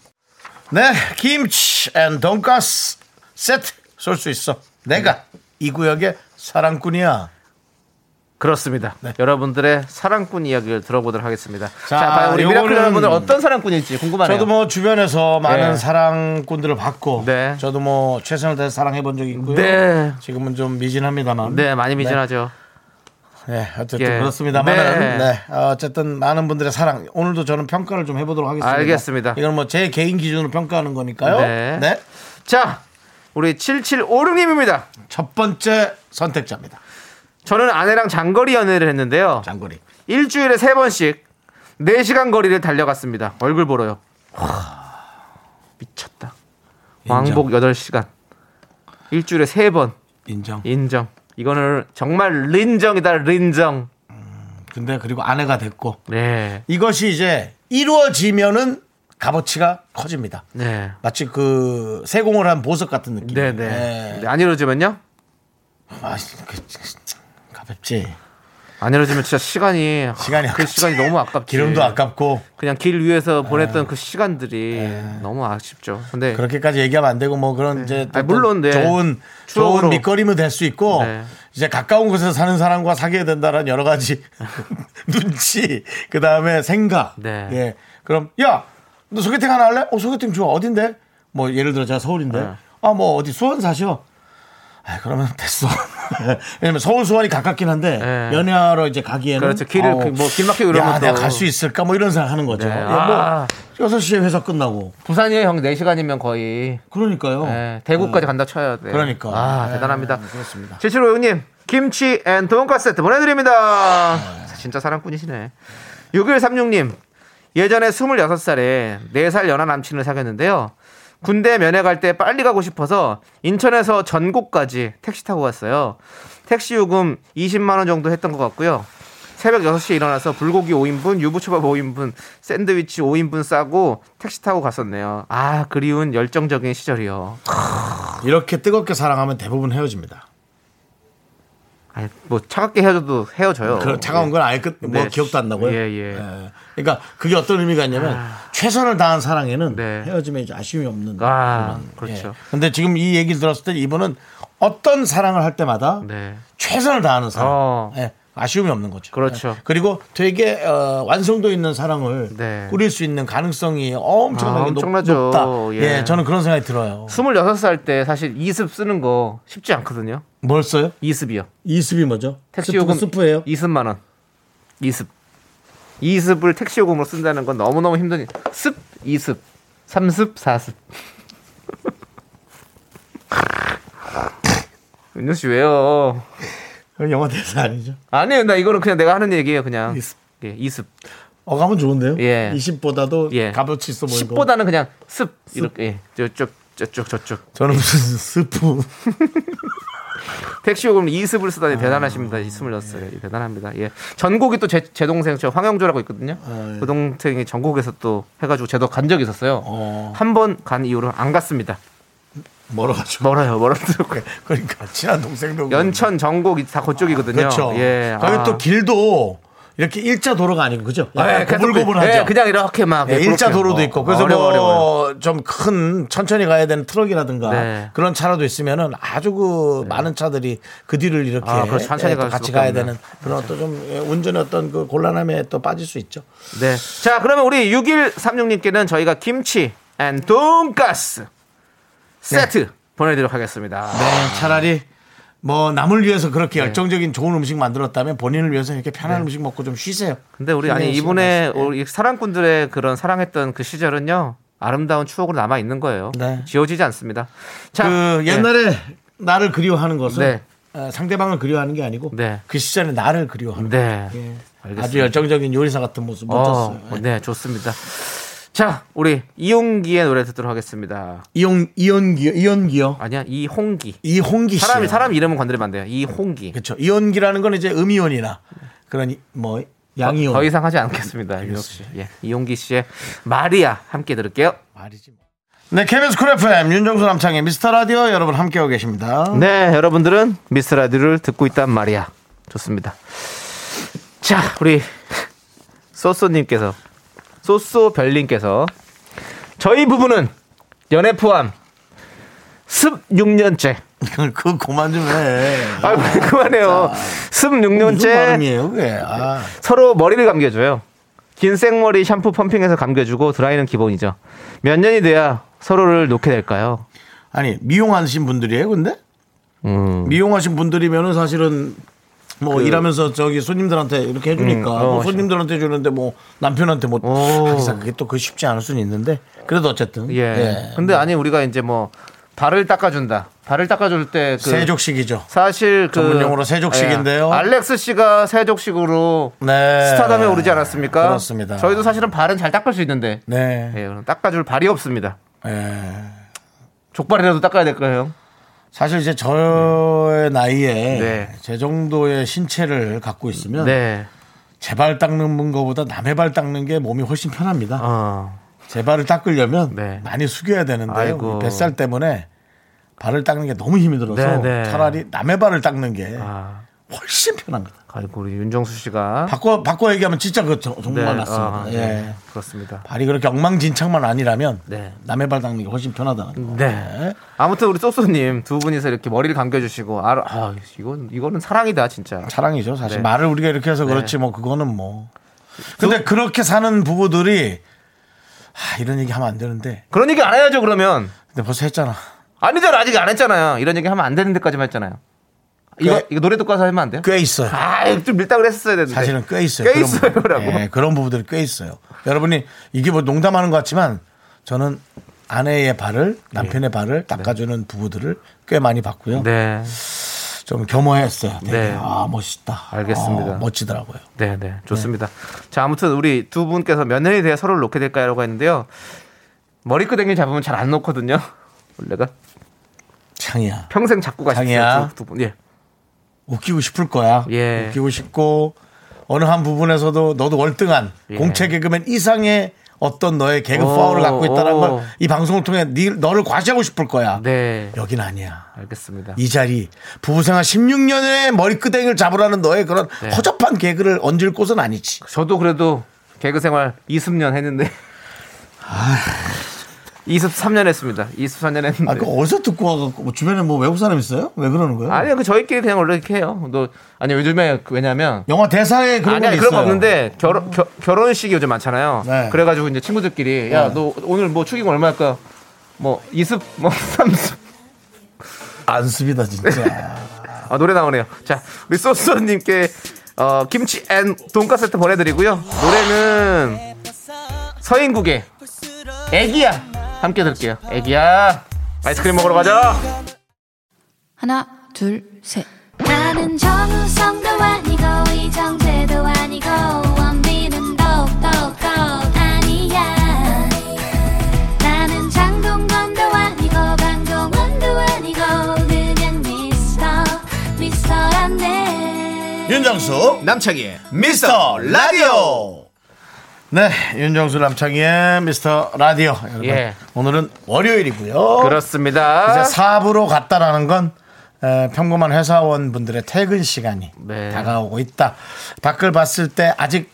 Speaker 1: 네, 김치 앤 돈가스 세트 쏠 수 있어. 내가 이 구역의 사랑꾼이야. 네.
Speaker 2: 그렇습니다. 여러분들의 사랑꾼 이야기를 들어보도록 하겠습니다. 자,
Speaker 1: 자,
Speaker 2: 과연 우리 미라클
Speaker 1: 요거는-
Speaker 2: 여러분들 어떤 사랑꾼일지 궁금하네요.
Speaker 1: 저도 뭐 주변에서 많은
Speaker 2: 네.
Speaker 1: 사랑꾼들을 봤고,
Speaker 2: 네.
Speaker 1: 저도 뭐 최선을 다해 사랑해본 적이 있고요.
Speaker 2: 네.
Speaker 1: 지금은 좀 미진합니다만.
Speaker 2: 네, 많이 미진하죠.
Speaker 1: 네, 네, 어쨌든
Speaker 2: 예.
Speaker 1: 그렇습니다만, 네.
Speaker 2: 네.
Speaker 1: 어, 쨌든 많은 분들의 사랑. 오늘도 저는 평가를 좀 해보도록 하겠습니다.
Speaker 2: 알겠습니다.
Speaker 1: 이건 뭐 제 개인 기준으로 평가하는 거니까요.
Speaker 2: 네.
Speaker 1: 네,
Speaker 2: 자, 우리 7756님입니다.
Speaker 1: 첫 번째 선택자입니다.
Speaker 2: 저는 아내랑 장거리 연애를 했는데요.
Speaker 1: 장거리.
Speaker 2: 일주일에 세 번씩 4시간 거리를 달려갔습니다. 얼굴 보러요. 와, 미쳤다. 왕복 8시간. 일주일에 세번
Speaker 1: 인정.
Speaker 2: 인정. 이거는 정말 린정이다, 린정.
Speaker 1: 근데 그리고 아내가 됐고,
Speaker 2: 네.
Speaker 1: 이것이 이제 이루어지면은 값어치가 커집니다.
Speaker 2: 네.
Speaker 1: 마치 그 세공을 한 보석 같은 느낌.
Speaker 2: 네네.
Speaker 1: 예.
Speaker 2: 네, 안 이루어지면요?
Speaker 1: 아, 그, 진짜 가볍지.
Speaker 2: 안 이루어지면 진짜 시간이
Speaker 1: 시간이
Speaker 2: 그
Speaker 1: 아깝지.
Speaker 2: 시간이 너무 아깝지.
Speaker 1: 기름도 아깝고 네.
Speaker 2: 그냥 길 위에서 보냈던 그 시간들이 너무 아쉽죠. 근데
Speaker 1: 그렇게까지 얘기하면 안 되고 뭐 그런 이제 또
Speaker 2: 네. 아니, 물론, 네.
Speaker 1: 좋은 좋은
Speaker 2: 추억으로.
Speaker 1: 밑거리면 될 수 있고
Speaker 2: 네.
Speaker 1: 이제 가까운 곳에서 사는 사람과 사귀어야 된다는 여러 가지 눈치 그 다음에 생각.
Speaker 2: 네.
Speaker 1: 예. 그럼 야 너 소개팅 하나 할래? 어 소개팅 좋아 어딘데? 뭐 예를 들어 제가 서울인데
Speaker 2: 네.
Speaker 1: 아 뭐 어디 수원 사셔. 아 그러면 됐어. 왜냐면 서울 수원이 가깝긴 한데
Speaker 2: 네.
Speaker 1: 연애하러 이제 가기에는 어,
Speaker 2: 그렇죠. 길을 그- 뭐, 길 막히고 이러면
Speaker 1: 야, 내가
Speaker 2: 또.
Speaker 1: 갈 수 있을까 뭐 이런 생각 하는 거죠.
Speaker 2: 네.
Speaker 1: 야,
Speaker 2: 아.
Speaker 1: 뭐 6시에 회사 끝나고
Speaker 2: 부산이에요, 형 4시간이면 거의
Speaker 6: 어.
Speaker 1: 그러니까요.
Speaker 2: 네, 대구까지 간다 쳐야 돼.
Speaker 1: 그러니까.
Speaker 2: 아,
Speaker 1: 네,
Speaker 2: 대단합니다.
Speaker 1: 네, 그렇습니다.
Speaker 2: 7756님, 김치 앤 돈가스 세트 보내드립니다.
Speaker 1: 네.
Speaker 2: 진짜 사랑꾼이시네. 6136님, 예전에 26살에 4살 연하 남친을 사귀었는데요. 군대 면회 갈 때 빨리 가고 싶어서 인천에서 전곡까지 택시 타고 갔어요. 택시 요금 20만원 정도 했던 것 같고요. 새벽 6시에 일어나서 불고기 5인분, 유부초밥 5인분, 샌드위치 5인분 싸고 택시 타고 갔었네요. 아, 그리운 열정적인 시절이요.
Speaker 1: 이렇게 뜨겁게 사랑하면 대부분 헤어집니다.
Speaker 2: 아니, 뭐 차갑게 헤어져도 헤어져요.
Speaker 7: 그런 차가운 건 아예 끝, 뭐
Speaker 2: 네.
Speaker 7: 기억도 안 나고요.
Speaker 2: 예, 예. 아.
Speaker 7: 그러니까 그게 어떤 의미가 있냐면 최선을 다한 사랑에는
Speaker 2: 네.
Speaker 7: 헤어짐에 이제 아쉬움이 없는.
Speaker 2: 아,
Speaker 7: 예.
Speaker 2: 그렇죠.
Speaker 7: 근데 지금 이 얘기 들었을 때 이분은 어떤 사랑을 할 때마다
Speaker 2: 네.
Speaker 7: 최선을 다하는 사랑.
Speaker 2: 어.
Speaker 7: 예. 아쉬움이 없는 거죠.
Speaker 2: 그렇죠.
Speaker 7: 예. 그리고 되게 어, 완성도 있는 사랑을
Speaker 2: 네.
Speaker 7: 꾸릴 수 있는 가능성이 엄청나게
Speaker 2: 아, 엄청나죠.
Speaker 7: 높, 다 예.
Speaker 2: 예.
Speaker 7: 저는 그런 생각이 들어요.
Speaker 2: 26살 때 사실 이습 쓰는 거 쉽지 않거든요.
Speaker 7: 뭘 써요?
Speaker 2: 이습이요.
Speaker 7: 이습이 뭐죠?
Speaker 2: 택시
Speaker 7: 스프,
Speaker 2: 요금
Speaker 7: 스프예요?
Speaker 2: 20만 원. 이습. 이습을 택시 요금으로 쓴다는 건 너무너무 힘든 일. 습, 이습. 삼습, 사습. 윤정 씨 왜요?
Speaker 7: 그건 영화 대사 아니죠?
Speaker 2: 아니에요. 나 이거는 그냥 내가 하는 얘기예요, 그냥.
Speaker 7: 이습.
Speaker 2: 예, 이습.
Speaker 7: 어감은 좋은데요?
Speaker 2: 예.
Speaker 7: 20보다도
Speaker 2: 예.
Speaker 7: 값어치 있어 뭐 보이고.
Speaker 2: 10보다는 그냥 습. 이렇게 예. 저쪽 저쪽 저쪽.
Speaker 7: 저는 무슨 스프.
Speaker 2: 택시 요금 이습을 쓰다니
Speaker 7: 아.
Speaker 2: 대단하십니다. 26살. 예. 대단합니다. 예. 전곡이 또 제 동생 저 황영조라고 있거든요.
Speaker 7: 아, 예.
Speaker 2: 그 동생이 전곡에서 또해 가지고 제도 간 적이 있었어요.
Speaker 7: 어.
Speaker 2: 한 번 간 이후로 안 갔습니다.
Speaker 7: 멀어가지고.
Speaker 2: 멀어요, 멀어요.
Speaker 7: 그러니까 친한 동생도
Speaker 2: 연천 전곡이 다 그쪽이거든요.
Speaker 7: 그렇죠.
Speaker 2: 예.
Speaker 7: 거기
Speaker 2: 아.
Speaker 7: 또 길도 이렇게 일자 도로가 아니고 그죠?
Speaker 2: 예,
Speaker 7: 약간
Speaker 2: 계속
Speaker 7: 고불고불하죠.
Speaker 2: 예, 그냥 이렇게 막
Speaker 7: 예,
Speaker 2: 예,
Speaker 7: 일자
Speaker 2: 그렇게.
Speaker 7: 도로도
Speaker 2: 어,
Speaker 7: 있고 그래서
Speaker 2: 어려워, 어려워요.
Speaker 7: 뭐 좀 큰 천천히 가야 되는 트럭이라든가
Speaker 2: 네.
Speaker 7: 그런 차라도 있으면은 아주 그 많은 차들이 그 뒤를 이렇게
Speaker 2: 아, 그렇죠. 천천히
Speaker 7: 예, 또
Speaker 2: 갈
Speaker 7: 같이
Speaker 2: 수밖에
Speaker 7: 가야
Speaker 2: 없네요. 그렇죠.
Speaker 7: 되는 그런 어떤 좀 예, 운전의 어떤 그 곤란함에 또 빠질 수 있죠.
Speaker 2: 네. 자, 그러면 우리 6136님께는 저희가 김치 앤 돈가스 세트 보내드리도록 하겠습니다.
Speaker 7: 네, 차라리 뭐 남을 위해서
Speaker 2: 네.
Speaker 7: 그렇게 열정적인 좋은 음식 만들었다면 본인을 위해서 이렇게 편한 음식 먹고 좀 쉬세요.
Speaker 2: 근데 우리 아니
Speaker 7: 힘내시고
Speaker 2: 이분의
Speaker 7: 가세요. 네.
Speaker 2: 우리 사랑꾼들의 그런 사랑했던 그 시절은요 아름다운 추억으로 남아 있는 거예요.
Speaker 7: 네.
Speaker 2: 지워지지 않습니다. 자,
Speaker 7: 그
Speaker 2: 예.
Speaker 7: 옛날에 나를 그리워하는 것은
Speaker 2: 네.
Speaker 7: 어, 상대방을 그리워하는 게 아니고
Speaker 2: 네.
Speaker 7: 그 시절에 나를 그리워하는
Speaker 2: 네.
Speaker 7: 예.
Speaker 2: 알겠습니다.
Speaker 7: 아주 열정적인 요리사 같은 모습
Speaker 2: 어,
Speaker 7: 멋졌어요. 예.
Speaker 2: 네, 좋습니다. 자, 우리 이용기의 노래 듣도록 하겠습니다.
Speaker 7: 이용 이연기요 이연기요
Speaker 2: 아니야, 이홍기.
Speaker 7: 이홍기 씨
Speaker 2: 사람이 사람 이름은 건드리면 안 돼요. 이홍기.
Speaker 7: 그렇죠 이연기라는 건 이제 음이온이나 그런 이- 뭐 양이온
Speaker 2: 더 이상 하지 않겠습니다. 윤혁 씨. 예, 이홍기 씨의 마리아 함께 들을게요.
Speaker 7: 말이지 뭐. 네 KBS 쿨 FM 윤정수 남창의 미스터 라디오 여러분 함께하고 계십니다.
Speaker 2: 네, 여러분들은 미스 라디오를 듣고 있단 말이야. 좋습니다. 자, 우리 소소님께서 소소별님께서 저희 부부는 연애 포함 16년째.
Speaker 7: 그걸 그거 그만 좀 해.
Speaker 2: 아, 그만해요.
Speaker 7: 무슨
Speaker 2: 16년째
Speaker 7: 발음이에요 그게. 아.
Speaker 2: 서로 머리를 감겨줘요. 긴 생머리 샴푸 펌핑해서 감겨주고 드라이는 기본이죠. 몇 년이 돼야 서로를 놓게 될까요?
Speaker 7: 아니 미용하신 분들이에요, 근데?
Speaker 2: 음.
Speaker 7: 미용하신 분들이면은 사실은 뭐 일하면서 저기 손님들한테 이렇게 해주니까
Speaker 2: 그 음, 어,
Speaker 7: 뭐 손님들한테 주는데 뭐 남편한테 뭐
Speaker 2: 오.
Speaker 7: 항상 그게 또 그 쉽지 않을 수는 있는데 그래도 어쨌든
Speaker 2: 예. 근데 아니 우리가 이제 뭐 발을 닦아준다. 발을 닦아줄 때 그
Speaker 7: 세족식이죠.
Speaker 2: 사실 그
Speaker 7: 전문용어로 세족식인데요.
Speaker 2: 예. 알렉스 씨가 세족식으로
Speaker 7: 네.
Speaker 2: 스타덤에 오르지 않았습니까?
Speaker 7: 그렇습니다.
Speaker 2: 저희도 사실은 발은 잘 닦을 수 있는데
Speaker 7: 네.
Speaker 2: 예, 그럼 닦아줄 발이 없습니다.
Speaker 7: 예.
Speaker 2: 족발이라도 닦아야 될 거예요.
Speaker 7: 사실 이제 저의 나이에
Speaker 2: 네.
Speaker 7: 제 정도의 신체를 갖고 있으면
Speaker 2: 네.
Speaker 7: 제 발 닦는 거보다 남의 발 닦는 게 몸이 훨씬 편합니다.
Speaker 2: 어.
Speaker 7: 제 발을 닦으려면
Speaker 2: 네.
Speaker 7: 많이 숙여야 되는데요.
Speaker 2: 아이고.
Speaker 7: 이 뱃살 때문에 발을 닦는 게 너무 힘이 들어서
Speaker 2: 네, 네.
Speaker 7: 차라리 남의 발을 닦는 게
Speaker 2: 아,
Speaker 7: 훨씬 편한 거다.
Speaker 2: 아이고 우리 윤정수 씨가
Speaker 7: 바꿔 바꿔 얘기하면 진짜 그 정- 정말
Speaker 2: 네,
Speaker 7: 맞습니다.
Speaker 2: 아,
Speaker 7: 예.
Speaker 2: 네. 그렇습니다.
Speaker 7: 발이 그렇게 엉망진창만 아니라면
Speaker 2: 네.
Speaker 7: 남의 발 닦는 게 훨씬 편하다는 거.
Speaker 2: 네. 아무튼 우리 소소님 두 분이서 이렇게 머리를 감겨주시고 아, 아 이건 이거는 사랑이다 진짜.
Speaker 7: 사랑이죠. 사실
Speaker 2: 네.
Speaker 7: 말을 우리가 이렇게 해서 그렇지 뭐 그거는 뭐. 근데 그렇게 사는 부부들이 아, 이런 얘기 하면 안 되는데.
Speaker 2: 그런 얘기 안 해야죠 그러면.
Speaker 7: 근데 벌써 했잖아.
Speaker 2: 아니죠 아직 안 했잖아요. 이런 얘기 하면 안 되는 데까지만 했잖아요. 이거
Speaker 7: 꽤-
Speaker 2: 이거 노래 듣고 와서 하면 안 돼요?
Speaker 7: 꽤 있어요.
Speaker 2: 아좀 밀당을 했었어야 되는데.
Speaker 7: 사실은 꽤 있어요.
Speaker 2: 꽤
Speaker 7: 그런 부분.
Speaker 2: 있어요라고.
Speaker 7: 예, 그런 부부들이 꽤 있어요. 여러분이 이게 뭐 농담하는 것 같지만 저는 아내의 발을 남편의 발을 닦아주는 부부들을 꽤 많이 봤고요.
Speaker 2: 네,
Speaker 7: 좀 겸허했어요. 되게.
Speaker 2: 네.
Speaker 7: 아 멋있다.
Speaker 2: 알겠습니다.
Speaker 7: 아, 멋지더라고요.
Speaker 2: 네, 네, 좋습니다. 자, 아무튼 우리 두 분께서 몇 년이 돼야 서로를 놓게 될까요라고 했는데요. 머리끄댕이 잡으면 잘 안 놓거든요. 원래가
Speaker 7: 창이야.
Speaker 2: 평생 잡고 가시죠.
Speaker 7: 장이야.
Speaker 2: 두, 두 분. 예.
Speaker 7: 웃기고 싶을 거야.
Speaker 2: 예.
Speaker 7: 웃기고 싶고 어느 한 부분에서도 너도 월등한
Speaker 2: 예.
Speaker 7: 공채 개그맨 이상의 어떤 너의 개그
Speaker 2: 오,
Speaker 7: 파울을 갖고 있다는
Speaker 2: 오.
Speaker 7: 걸 이 방송을 통해 네, 너를 과시하고 싶을 거야.
Speaker 2: 네.
Speaker 7: 여긴 아니야.
Speaker 2: 알겠습니다.
Speaker 7: 이 자리 부부생활 16년의 머리끄댕이를 잡으라는 너의 그런
Speaker 2: 네.
Speaker 7: 허접한 개그를 얹을 곳은 아니지.
Speaker 2: 저도 그래도 개그 생활 20년 했는데. 23년 했습니다. 23년 했는데.
Speaker 7: 아, 그 어디서 듣고 와갖고 뭐 주변에 뭐 외국 사람 있어요? 왜 그러는 거예요?
Speaker 2: 아니요, 그 저희끼리 그냥 원래 이렇게 해요. 너 아니 요즘에 그- 왜냐면
Speaker 7: 영화 대사에 그런
Speaker 2: 아니
Speaker 7: 건
Speaker 2: 아니,
Speaker 7: 있어요. 음.
Speaker 2: 그런 거 없는데 결혼 겨- 결혼식이 요즘 많잖아요.
Speaker 7: 네.
Speaker 2: 그래가지고 이제 친구들끼리 야
Speaker 7: 네.
Speaker 2: 너 오늘 뭐 축의금 얼마 할까? 뭐 20, 뭐 30.
Speaker 7: 안 씁니다 진짜.
Speaker 2: 아 노래 나오네요. 자 우리 소스님께 어, 김치 앤 돈가스 세트 보내드리고요. 노래는 서인국의 애기야 함께 들을게요. 애기야 아이스크림 먹으러 가자.
Speaker 5: 하나, 둘, 셋.
Speaker 3: 나는 정우성도 아니고 이정재도 아니고 원빈은 더욱더 아니야 나는 장동건도 아니고 강동원도 아니고 그냥 미스터 미스터란데
Speaker 7: 윤정수 남창희의 미스터 라디오 네 윤정수 남창희의 미스터 라디오 여러분,
Speaker 2: 예.
Speaker 7: 오늘은 월요일이고요
Speaker 2: 그렇습니다.
Speaker 7: 이제 4부로 갔다라는 건 에, 평범한 회사원분들의 퇴근 시간이
Speaker 2: 네.
Speaker 7: 다가오고 있다 밖을 봤을 때 아직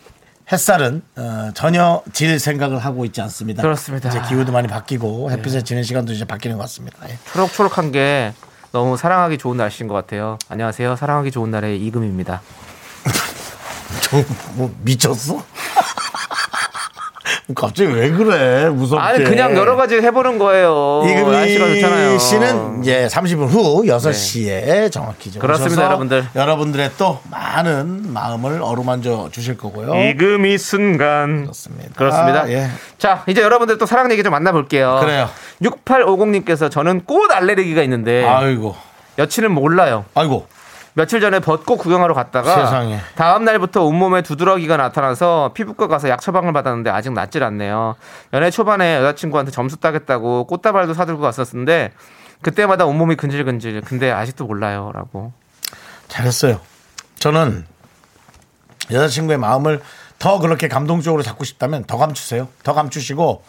Speaker 7: 햇살은 어, 전혀 질 생각을 하고 있지 않습니다
Speaker 2: 그렇습니다. 네.
Speaker 7: 이제 기후도 많이 바뀌고 햇빛에 지는 시간도 이제 바뀌는 것 같습니다 예.
Speaker 2: 초록초록한 게 너무 사랑하기 좋은 날씨인 것 같아요. 안녕하세요. 사랑하기 좋은 날의 이금입니다.
Speaker 7: 저뭐 미쳤어? 갑자기 왜 그래 무섭게
Speaker 2: 아니 그냥 여러 가지 해보는 거예요. 어, 날씨가 좋잖아요. 네.
Speaker 7: 이금희 씨는 이제 30분 후 6시에 정확히 이제
Speaker 2: 그렇습니다,
Speaker 7: 오셔서
Speaker 2: 여러분들.
Speaker 7: 여러분들의 또 많은 마음을 어루만져 주실 거고요.
Speaker 2: 이금이 순간
Speaker 7: 예. 그렇습니다.
Speaker 2: 그렇습니다.
Speaker 7: 아, 예.
Speaker 2: 자, 이제 여러분들 또 사랑 얘기 좀 만나볼게요.
Speaker 7: 그래요.
Speaker 2: 6850님께서 저는 꽃 알레르기가 있는데
Speaker 7: 아이고.
Speaker 2: 여친은 몰라요.
Speaker 7: 아이고.
Speaker 2: 며칠 전에 벚꽃 구경하러 갔다가
Speaker 7: 세상에.
Speaker 2: 다음 날부터 온몸에 두드러기가 나타나서 피부과 가서 약 처방을 받았는데 아직 낫질 않네요. 연애 초반에 여자친구한테 점수 따겠다고 꽃다발도 사들고 갔었는데 그때마다 온몸이 근질근질. 근데 아직도 몰라요라고.
Speaker 7: 잘했어요. 저는 여자친구의 마음을 더 그렇게 감동적으로 잡고 싶다면 더 감추세요. 더 감추시고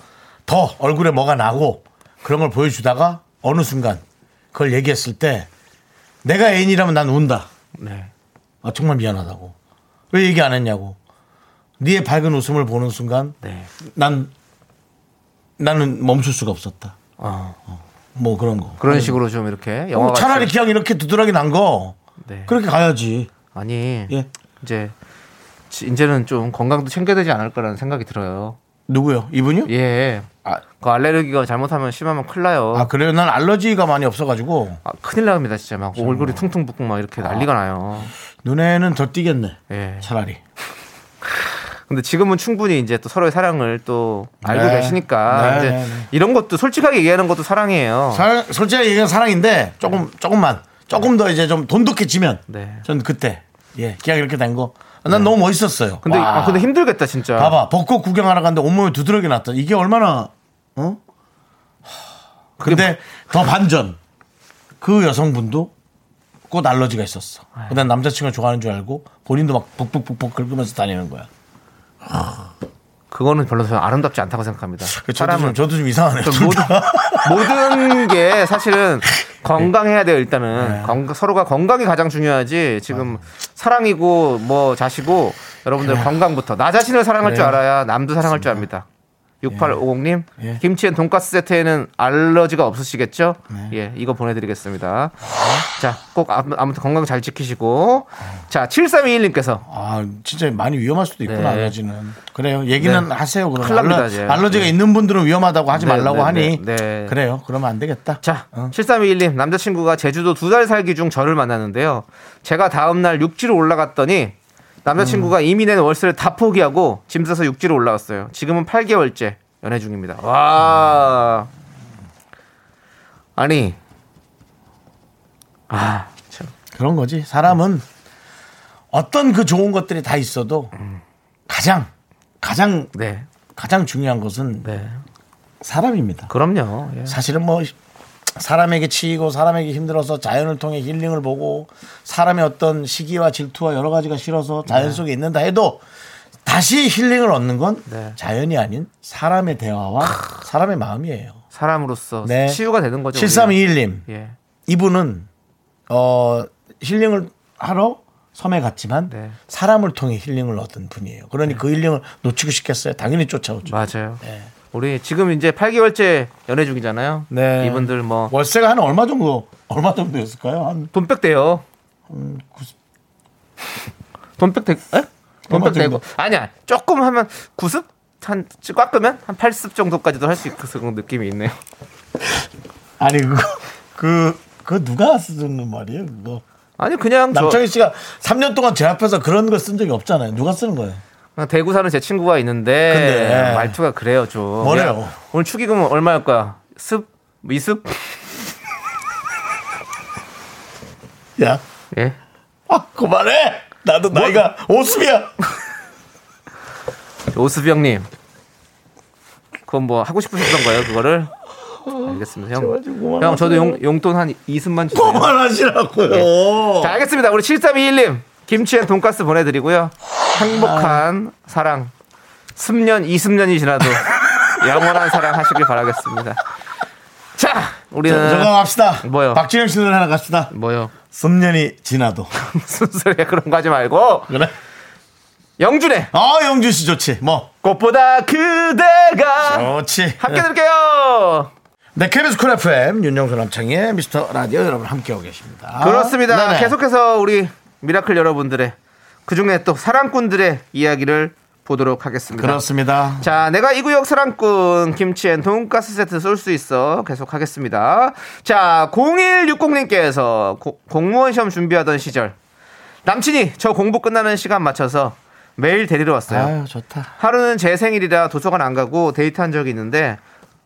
Speaker 7: 더 얼굴에 뭐가 나고 그런 걸 보여주다가 어느 순간 그걸 얘기했을 때 내가 애인이라면 난 운다.
Speaker 2: 네.
Speaker 7: 아, 정말 미안하다고. 왜 얘기 안 했냐고. 네의 밝은 웃음을 보는 순간
Speaker 2: 네.
Speaker 7: 난 나는 멈출 수가 없었다.
Speaker 2: 어.
Speaker 7: 뭐 그런 거.
Speaker 2: 그런 식으로 좀 이렇게 영화
Speaker 7: 어, 차라리
Speaker 2: 같이-
Speaker 7: 기왕 이렇게 두드러기 난 거
Speaker 2: 네.
Speaker 7: 그렇게 가야지.
Speaker 2: 아니
Speaker 7: 예.
Speaker 2: 이제 지- 이제는 좀 건강도 챙겨야 되지 않을 거라는 생각이 들어요.
Speaker 7: 누구요? 이분요?
Speaker 2: 예.
Speaker 7: 아,
Speaker 2: 그 알레르기가 잘못하면 심하면 큰일 나요.
Speaker 7: 아 그래요? 난 알러지가 많이 없어가지고
Speaker 2: 아, 큰일 납니다 진짜 막
Speaker 7: 그렇죠.
Speaker 2: 얼굴이 퉁퉁 붓고 막 이렇게
Speaker 7: 아.
Speaker 2: 난리가 나요.
Speaker 7: 눈에는 더 띄겠네.
Speaker 2: 예.
Speaker 7: 차라리.
Speaker 2: 근데 지금은 충분히 이제 또 서로의 사랑을 또 알고
Speaker 7: 네.
Speaker 2: 계시니까
Speaker 7: 네,
Speaker 2: 이제
Speaker 7: 네, 네.
Speaker 2: 이런 것도 솔직하게 얘기하는 것도 사랑이에요.
Speaker 7: 사랑, 솔직히 얘기한 사랑인데 조금 조금만 조금 더 이제 좀 돈독해지면
Speaker 2: 네.
Speaker 7: 전 그때 예 기왕 이렇게 된 거. 난 너무 멋있었어요.
Speaker 2: 근데
Speaker 7: 와.
Speaker 2: 아, 근데 힘들겠다 진짜.
Speaker 7: 봐봐 벚꽃 구경하러 갔는데 온몸에 두드러기 났다 이게 얼마나 어 하,
Speaker 2: 뭐-
Speaker 7: 근데 더 반전 그 여성분도 꽃 알러지가 있었어
Speaker 2: 아.
Speaker 7: 근데 남자친구가 좋아하는 줄 알고 본인도 막 북북북북 긁으면서 다니는 거야
Speaker 2: 그거는 별로 저는 아름답지 않다고 생각합니다.
Speaker 7: 그 저도 좀, 저도 좀 이상하네요
Speaker 2: 좀
Speaker 7: 둘
Speaker 2: 모든
Speaker 7: 다.
Speaker 2: 모든 게 사실은 건강해야 돼요
Speaker 7: 네.
Speaker 2: 일단은 건- 서로가 건강이 가장 중요하지 지금 사랑이고 뭐 자시고 여러분들
Speaker 7: 네.
Speaker 2: 건강부터 나 자신을 사랑할 줄 알아야 남도 사랑할 줄 압니다 6850님
Speaker 7: 예.
Speaker 2: 김치엔 돈가스 세트에는 알러지가 없으시겠죠
Speaker 7: 네.
Speaker 2: 예 이거 보내드리겠습니다
Speaker 7: 어?
Speaker 2: 자 꼭 아무튼 건강 잘 지키시고 자 7321님께서
Speaker 7: 아 진짜 많이 위험할 수도 있구나
Speaker 2: 네.
Speaker 7: 알러지는 그래요 얘기는
Speaker 2: 네.
Speaker 7: 하세요 그럼
Speaker 2: 큰일 납니다,
Speaker 7: 알러,
Speaker 2: 이제.
Speaker 7: 알러지가 있는 분들은 위험하다고 하지
Speaker 2: 네,
Speaker 7: 말라고
Speaker 2: 네,
Speaker 7: 하니
Speaker 2: 네, 네.
Speaker 7: 그래요 그러면 안 되겠다
Speaker 2: 자,
Speaker 7: 어.
Speaker 2: 7321님 남자친구가 제주도 두 달 살기 중 저를 만났는데요. 제가 다음 날 육지로 올라갔더니
Speaker 7: 음.
Speaker 2: 남자친구가 이미 낸 월세를 다 포기하고 짐 싸서 육지로 올라갔어요. 지금은 8개월째 연애 중입니다. 와. 아니. 아, 참.
Speaker 7: 그런 거지. 사람은 어떤 그 좋은 것들이 다 있어도 가장 가장
Speaker 2: 네.
Speaker 7: 가장 중요한 것은
Speaker 2: 네.
Speaker 7: 사람입니다.
Speaker 2: 그럼요. 예.
Speaker 7: 사실은 뭐 사람에게 치이고 사람에게 힘들어서 자연을 통해 힐링을 보고 사람의 어떤 시기와 질투와 여러 가지가 싫어서 자연 속에 있는다 해도 다 다시 힐링을 얻는 건
Speaker 2: 네.
Speaker 7: 자연이 아닌 사람의 대화와 사람의 마음이에요.
Speaker 2: 사람으로서
Speaker 7: 네.
Speaker 2: 치유가 되는 거죠. 뭐 우리가.
Speaker 7: 7321님.
Speaker 2: 예.
Speaker 7: 이분은 어 힐링을 하러 섬에 갔지만
Speaker 2: 네.
Speaker 7: 사람을 통해 힐링을 얻은 분이에요. 그러니 그 힐링을 놓치고 싶겠어요. 당연히 쫓아오죠.
Speaker 2: 맞아요.
Speaker 7: 네.
Speaker 2: 우리 지금 이제 8개월째 연애 중이잖아요.
Speaker 7: 네.
Speaker 2: 이분들 뭐
Speaker 7: 월세가 한 얼마 정도 얼마 정도였을까요? 한
Speaker 2: 돈백 대요.
Speaker 7: 음,
Speaker 2: 돈백 대? 에? 돈백
Speaker 7: 정도?
Speaker 2: 대고 아니야. 조금 하면 9습 한 깎으면 한 80습 정도까지도 할 수 있을 그런 느낌이 있네요.
Speaker 7: 아니 그거 그그 누가 쓰는 말이에요? 그거
Speaker 2: 아니 그냥 저
Speaker 7: 남창희 씨가 3년 동안 제 앞에서 그런 걸 쓴 적이 없잖아요. 누가 쓰는 거예요?
Speaker 2: 그냥 아, 대구 사는 제 친구가 있는데
Speaker 7: 근데, 예.
Speaker 2: 말투가 그래요 좀.
Speaker 7: 뭐래요?
Speaker 2: 야, 오늘 축의금 얼마일 거야? 습? 뭐 이습?
Speaker 7: 야, 뭐?
Speaker 2: 예.
Speaker 7: 아 그만해. 나도 나이가 오습이야.
Speaker 2: 오수비 형님. 그건 뭐 하고 싶으셨던 거예요 그거를? 알겠습니다 형. 형 저도 용, 용돈 한 2습만 주세요.
Speaker 7: 그만하시라고요.
Speaker 2: 자, 알겠습니다. 우리 7321님. 김치엔 돈가스 보내드리고요. 행복한 사랑. 10년, 20년이 지나도 영원한 사랑 하시길 바라겠습니다. 자, 우리는.
Speaker 7: 저거 갑시다.
Speaker 2: 뭐요?
Speaker 7: 박진영 씨 노래 하나 갑시다.
Speaker 2: 뭐요?
Speaker 7: 3년이 지나도.
Speaker 2: 무슨 소리야. 그런 거 하지 말고.
Speaker 7: 그래?
Speaker 2: 영준의
Speaker 7: 아, 영준 씨 좋지. 뭐.
Speaker 2: 꽃보다 그대가.
Speaker 7: 좋지.
Speaker 2: 함께 들을게요.
Speaker 7: 네, KBS 쿨 FM 윤정수 남창의 미스터 라디오 여러분 함께하고 계십니다.
Speaker 2: 그렇습니다.
Speaker 7: 아, 네네.
Speaker 2: 계속해서 우리 미라클 여러분들의 그중에 또 사랑꾼들의 이야기를 보도록 하겠습니다.
Speaker 7: 그렇습니다.
Speaker 2: 자, 내가 이 구역 사랑꾼 김치엔 돈가스 세트 쏠 수 있어. 계속 하겠습니다. 자, 0160님께서 공무원 시험 준비하던 시절 남친이 저 공부 끝나는 시간 맞춰서 매일 데리러 왔어요.
Speaker 7: 아유, 좋다.
Speaker 2: 하루는 제 생일이라 도서관 안 가고 데이트한 적이 있는데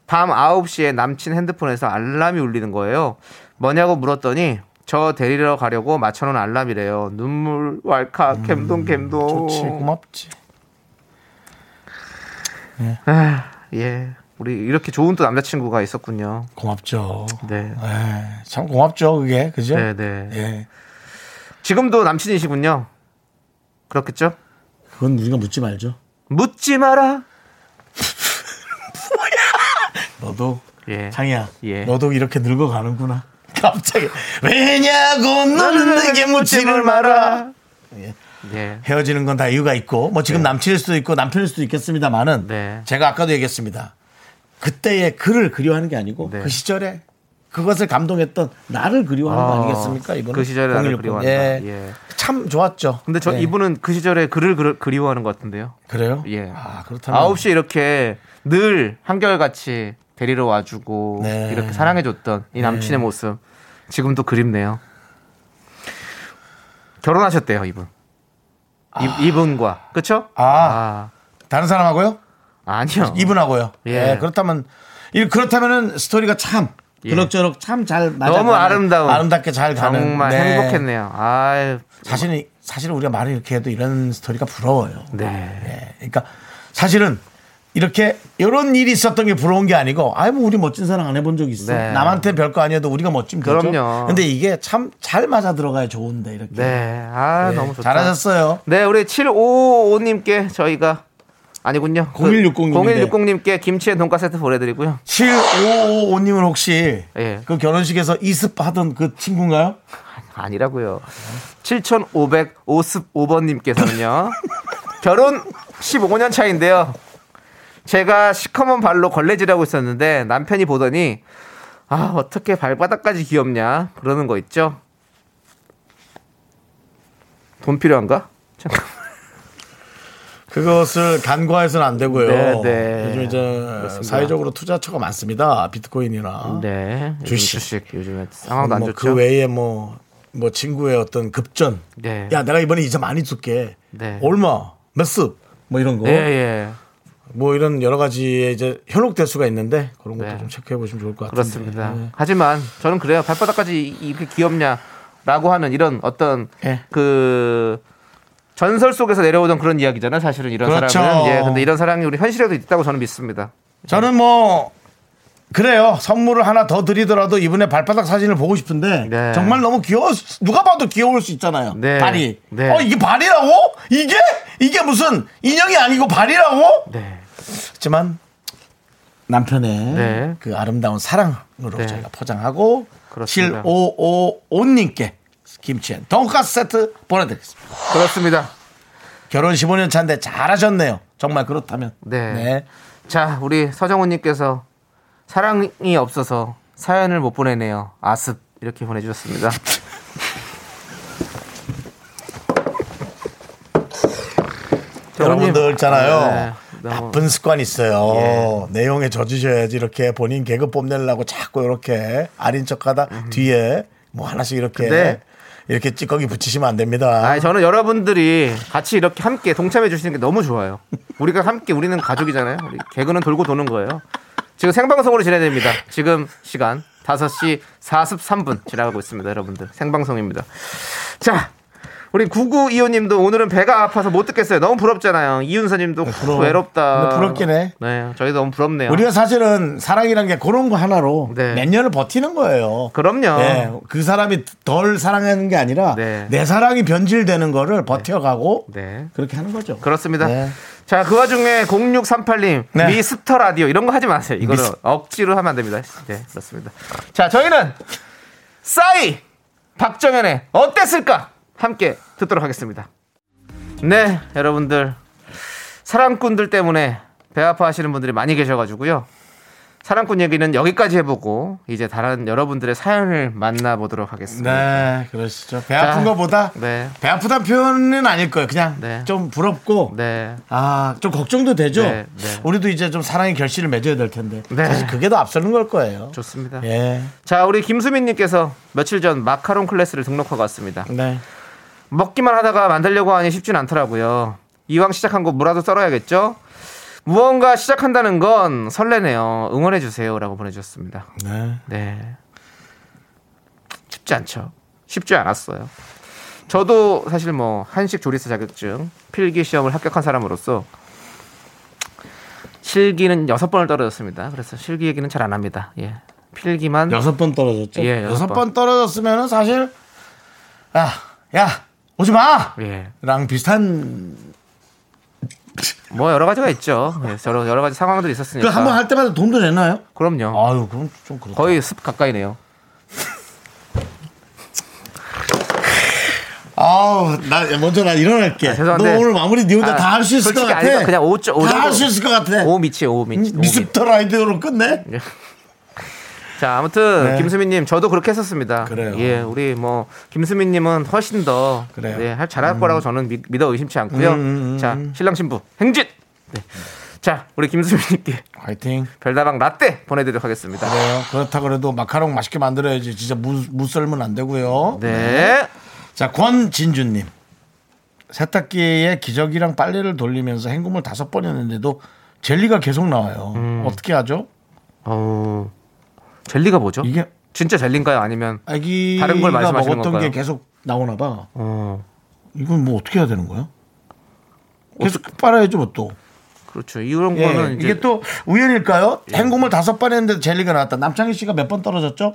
Speaker 2: 밤 9시에 남친 핸드폰에서 알람이 울리는 거예요. 뭐냐고 물었더니 저 데리러 가려고 맞춰놓은 알람이래요. 눈물 왈칵 갬동 갬동.
Speaker 7: 음, 좋지. 고맙지.
Speaker 2: 예. 우리 이렇게 좋은 또 남자친구가 있었군요.
Speaker 7: 고맙죠.
Speaker 2: 네.
Speaker 7: 예, 참 고맙죠, 그게. 그죠?
Speaker 2: 네, 네.
Speaker 7: 예.
Speaker 2: 지금도 남친이시군요. 그렇겠죠?
Speaker 7: 그건 우리가 묻지 말죠.
Speaker 2: 묻지 마라.
Speaker 7: 너도
Speaker 2: 예.
Speaker 7: 창이야.
Speaker 2: 예.
Speaker 7: 너도 이렇게 늙어가는구나. 갑자기 왜냐고 너는 내게 묻지를 마라.
Speaker 2: 예.
Speaker 7: 헤어지는 건 다 이유가 있고 뭐 지금 남친일 수도 있고 남편일 수도 있겠습니다만은
Speaker 2: 네.
Speaker 7: 제가 아까도 얘기했습니다. 그때의 그를 그리워하는 게 아니고
Speaker 2: 네.
Speaker 7: 그 시절에 그것을 감동했던 나를 그리워하는 거
Speaker 2: 아,
Speaker 7: 아니겠습니까? 이분은
Speaker 2: 그 시절에 나를
Speaker 7: 016.
Speaker 2: 그리워한다.
Speaker 7: 예.
Speaker 2: 예.
Speaker 7: 참 좋았죠.
Speaker 2: 근데 저
Speaker 7: 네.
Speaker 2: 이분은 그 시절에 그를 그를- 그리워하는 것 같은데요.
Speaker 7: 그래요?
Speaker 2: 예.
Speaker 7: 아 그렇다면
Speaker 2: 아홉 시에 이렇게 늘 한결같이 데리러 와주고
Speaker 7: 네.
Speaker 2: 이렇게 사랑해줬던 이 남친의 모습 지금도 그립네요. 결혼하셨대요 이분. 이, 이분과 그쵸?
Speaker 7: 아. 다른 사람하고요?
Speaker 2: 아, 니요
Speaker 7: 이분하고요.
Speaker 2: 예.
Speaker 7: 예. 그렇다면 이 그렇다면은 스토리가 참
Speaker 2: 예.
Speaker 7: 그럭저럭 참 잘 맞아.
Speaker 2: 너무 아름다운.
Speaker 7: 아름답게 잘 가는.
Speaker 2: 정말
Speaker 7: 네.
Speaker 2: 행복했네요. 아유.
Speaker 7: 사실은 사실 우리가 말을 이렇게 해도 이런 스토리가 부러워요.
Speaker 2: 네.
Speaker 7: 예. 그러니까 사실은 이렇게 이런 일이 있었던 게 부러운 게 아니고 아이 뭐 우리 멋진 사랑 안 해본 적 있어.
Speaker 2: 네.
Speaker 7: 남한테 별거 아니어도 우리가 멋지면 되죠.
Speaker 2: 그럼요.
Speaker 7: 근데 이게 참 잘 맞아 들어가야 좋은데 이렇게.
Speaker 2: 네. 아,
Speaker 7: 예.
Speaker 2: 너무 좋다.
Speaker 7: 잘하셨어요.
Speaker 2: 네, 우리 7555님께 저희가 아니군요.
Speaker 7: 0160 님인데.
Speaker 2: 0160님께 김치의 돈가스 세트 보내드리고요.
Speaker 7: 7555님은 혹시
Speaker 2: 예.
Speaker 7: 그 결혼식에서 이습하던 그 친구인가요?
Speaker 2: 아니라고요. 7555번님께서는요. 결혼 15년 차인데요. 제가 시커먼 발로 걸레질하고 있었는데 남편이 보더니 아 어떻게 발바닥까지 귀엽냐 그러는 거 있죠. 돈 필요한가? 잠깐.
Speaker 7: 그것을 간과해서는 안 되고요.
Speaker 2: 네, 네.
Speaker 7: 요즘 이제 사회적으로 투자처가 많습니다. 비트코인이나
Speaker 2: 네. 요즘
Speaker 7: 어? 주식.
Speaker 2: 주식 요즘에 상황도 안
Speaker 7: 뭐
Speaker 2: 좋죠.
Speaker 7: 그 외에 뭐, 뭐 친구의 어떤 급전.
Speaker 2: 네.
Speaker 7: 야, 내가 이번에 이자 많이 줄게.
Speaker 2: 네.
Speaker 7: 얼마? 몇 습? 뭐 이런 거.
Speaker 2: 예 예.
Speaker 7: 뭐 이런 여러 가지의 이제 현혹될 수가 있는데 그런 것도
Speaker 2: 네.
Speaker 7: 좀 체크해 보시면 좋을 것 네. 같아요.
Speaker 2: 그렇습니다. 하지만 저는 그래요. 발바닥까지 이- 이렇게 귀엽냐라고 하는 이런 어떤
Speaker 7: 예.
Speaker 2: 그 전설 속에서 내려오던 그런 이야기잖아요. 사실은 이런
Speaker 7: 그렇죠.
Speaker 2: 사랑은. 예, 근데 이런 사랑이 우리 현실에도 있다고 저는 믿습니다.
Speaker 7: 저는 뭐 그래요. 선물을 하나 더 드리더라도 이분의 발바닥 사진을 보고 싶은데
Speaker 2: 네.
Speaker 7: 정말 너무 귀여워. 누가 봐도 귀여울 수 있잖아요.
Speaker 2: 네.
Speaker 7: 발이.
Speaker 2: 네.
Speaker 7: 어 이게 발이라고? 이게 이게 무슨 인형이 아니고 발이라고?
Speaker 2: 네.
Speaker 7: 하지만 남편의
Speaker 2: 네.
Speaker 7: 그 아름다운 사랑으로
Speaker 2: 네.
Speaker 7: 저희가 포장하고
Speaker 2: 그렇습니다.
Speaker 7: 7555님께 김치엔 돈가스 세트 보내드리겠습니다.
Speaker 2: 그렇습니다.
Speaker 7: 결혼 15년 차인데 잘하셨네요. 정말 그렇다면.
Speaker 2: 네. 자, 우리 서정훈님께서 사랑이 없어서 사연을 못 보내네요. 아습 이렇게 보내주셨습니다.
Speaker 7: 여러분들 있잖아요.
Speaker 2: 네, 예. 너무-
Speaker 7: 나쁜 습관이 있어요. 내용에 젖으셔야지 이렇게 본인 개그 뽐내려고 자꾸 이렇게 아린 척하다 뒤에 뭐 하나씩 이렇게
Speaker 2: 음. 근데-
Speaker 7: 이렇게 찌꺼기 붙이시면 안 됩니다.
Speaker 2: 아, 저는 여러분들이 같이 이렇게 함께 동참해 주시는 게 너무 좋아요. 우리가 함께 우리는 가족이잖아요. 우리 개그는 돌고 도는 거예요. 지금 생방송으로 진행됩니다. 지금 시간 5시 43분 지나가고 있습니다, 여러분들. 생방송입니다. 자, 우리 9925님도 오늘은 배가 아파서 못 듣겠어요. 너무 부럽잖아요. 이윤서님도
Speaker 7: 어, 부러워.
Speaker 2: 외롭다.
Speaker 7: 근데 부럽긴 해.
Speaker 2: 네, 저희도 너무 부럽네요.
Speaker 7: 우리가 사실은 사랑이란 게 그런 거 하나로
Speaker 2: 네.
Speaker 7: 몇 년을 버티는 거예요.
Speaker 2: 그럼요.
Speaker 7: 네, 그 사람이 덜 사랑하는 게 아니라
Speaker 2: 네.
Speaker 7: 내 사랑이 변질되는 거를 버텨가고
Speaker 2: 네.
Speaker 7: 그렇게 하는 거죠.
Speaker 2: 그렇습니다.
Speaker 7: 네.
Speaker 2: 자, 그 와중에 0638님,
Speaker 7: 네.
Speaker 2: 미스터 라디오 이런 거 하지 마세요. 이거는
Speaker 7: 미스-
Speaker 2: 억지로 하면 안 됩니다. 네, 그렇습니다. 자, 저희는 싸이 박정현의 어땠을까 함께 듣도록 하겠습니다. 네, 여러분들 사랑꾼들 때문에 배 아파하시는 분들이 많이 계셔가지고요. 사랑꾼 얘기는 여기까지 해보고 이제 다른 여러분들의 사연을 만나보도록 하겠습니다.
Speaker 7: 네, 그러시죠. 배 아픈
Speaker 2: 자,
Speaker 7: 거보다
Speaker 2: 네.
Speaker 7: 배 아프다는 표현은 아닐 거예요. 그냥
Speaker 2: 네.
Speaker 7: 좀 부럽고
Speaker 2: 네.
Speaker 7: 아, 좀 걱정도 되죠.
Speaker 2: 네, 네.
Speaker 7: 우리도 이제 좀 사랑의 결실을 맺어야 될 텐데
Speaker 2: 네.
Speaker 7: 사실 그게 더 앞서는 걸 거예요.
Speaker 2: 좋습니다.
Speaker 7: 예,
Speaker 2: 자, 우리 김수민님께서 며칠 전 마카롱 클래스를 등록하고 왔습니다.
Speaker 7: 네.
Speaker 2: 먹기만 하다가 만들려고 하니 쉽진 않더라고요. 이왕 시작한 거 무라도 썰어야겠죠? 무언가 시작한다는 건 설레네요. 응원해주세요라고 보내주셨습니다.
Speaker 7: 네.
Speaker 2: 네. 쉽지 않죠. 쉽지 않았어요. 저도 사실 뭐 한식 조리사 자격증 필기 시험을 합격한 사람으로서 실기는 여섯 번을 떨어졌습니다. 그래서 실기 얘기는 잘 안 합니다. 예. 필기만
Speaker 7: 여섯 번 떨어졌죠.
Speaker 2: 예, 여섯
Speaker 7: 여섯
Speaker 2: 번.
Speaker 7: 번 떨어졌으면은 사실 야, 야, 오지 마.
Speaker 2: 예.
Speaker 7: 랑 비슷한
Speaker 2: 뭐 여러 가지가 있죠. 예, 여러 여러 가지 상황들이
Speaker 7: 그
Speaker 2: 있었으니까.
Speaker 7: 한 번 할 때마다 돈도 내나요?
Speaker 2: 그럼요.
Speaker 7: 아유, 그럼 좀 그렇다.
Speaker 2: 거의 습 가까이네요.
Speaker 7: 아우, 나 먼저 나 일어날게.
Speaker 2: 아, 죄송한데.
Speaker 7: 너 오늘 마무리 네 혼자
Speaker 2: 아,
Speaker 7: 다 할 수 있을 것
Speaker 2: 솔직히
Speaker 7: 같아.
Speaker 2: 아니다. 그냥 오 점- 오
Speaker 7: 다
Speaker 2: 정도.
Speaker 7: 할 수 있을 것 같아.
Speaker 2: 오미치오미치
Speaker 7: 네. 음, 미스터 라이드로 끝내?
Speaker 2: 자 아무튼
Speaker 7: 네.
Speaker 2: 김수민님 저도 그렇게 했었습니다.
Speaker 7: 그래요.
Speaker 2: 예, 우리 뭐 김수민님은 훨씬 더
Speaker 7: 그래요. 음.
Speaker 2: 예, 할- 잘할 거라고 저는 믿, 믿어 의심치 않고요. 자 신랑 신부 행진. 네. 자 우리 김수민님께
Speaker 7: 화이팅.
Speaker 2: 별다방 라떼 보내드리도록 하겠습니다.
Speaker 7: 그래요. 그렇다 그래도 마카롱 맛있게 만들어야지. 진짜 무, 무 썰면 안 되고요.
Speaker 2: 네.
Speaker 7: 자, 권진주님. 세탁기에 기저귀랑 빨래를 돌리면서 헹굼을 다섯 번 했는데도 젤리가 계속 나와요.
Speaker 2: 음.
Speaker 7: 어떻게 하죠?
Speaker 2: 어 젤리가 뭐죠?
Speaker 7: 이게
Speaker 2: 진짜 젤리인가요? 아니면
Speaker 7: 아기가
Speaker 2: 다른 걸 말씀하시는
Speaker 7: 먹었던
Speaker 2: 건가요?
Speaker 7: 게 계속 나오나 봐.
Speaker 2: 어
Speaker 7: 이건 뭐 어떻게 해야 되는 거야? 계속 빨아야죠, 뭐 또.
Speaker 2: 그렇죠. 이런
Speaker 7: 예,
Speaker 2: 거는 이제 예.
Speaker 7: 이게 또 우연일까요? 행곰을 다섯 번 했는데 젤리가 나왔다. 남창희 씨가 몇 번 떨어졌죠?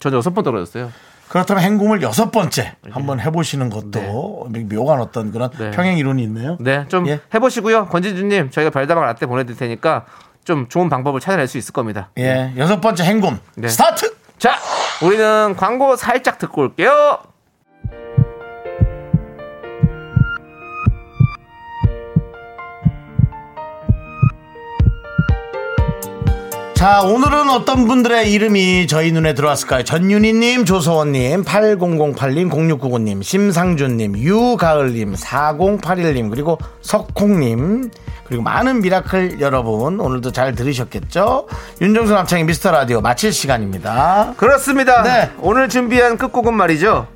Speaker 2: 전 여섯 번 떨어졌어요.
Speaker 7: 그렇다면 행곰을 여섯 번째 한번 해보시는 것도 묘한 어떤 그런
Speaker 2: 네.
Speaker 7: 평행 이론이 예. 네. 있네요.
Speaker 2: 네, 좀
Speaker 7: 예.
Speaker 2: 해보시고요. 권진주님, 저희가 별다방 라떼 보내드릴 테니까 좀 좋은 방법을 찾아낼 수 있을 겁니다.
Speaker 7: 예, 여섯 번째 행곰
Speaker 2: 네.
Speaker 7: 스타트.
Speaker 2: 자, 우리는 광고 살짝 듣고 올게요.
Speaker 7: 자, 오늘은 어떤 분들의 이름이 저희 눈에 들어왔을까요? 전윤희님, 조서원님, 8008님, 0699님, 심상준님, 유가을님, 4081님, 그리고 석콩님, 그리고 많은 미라클 여러분, 오늘도 잘 들으셨겠죠? 윤정수 남창의 미스터 라디오 마칠 시간입니다.
Speaker 2: 그렇습니다.
Speaker 7: 네.
Speaker 2: 오늘 준비한 끝곡은 말이죠.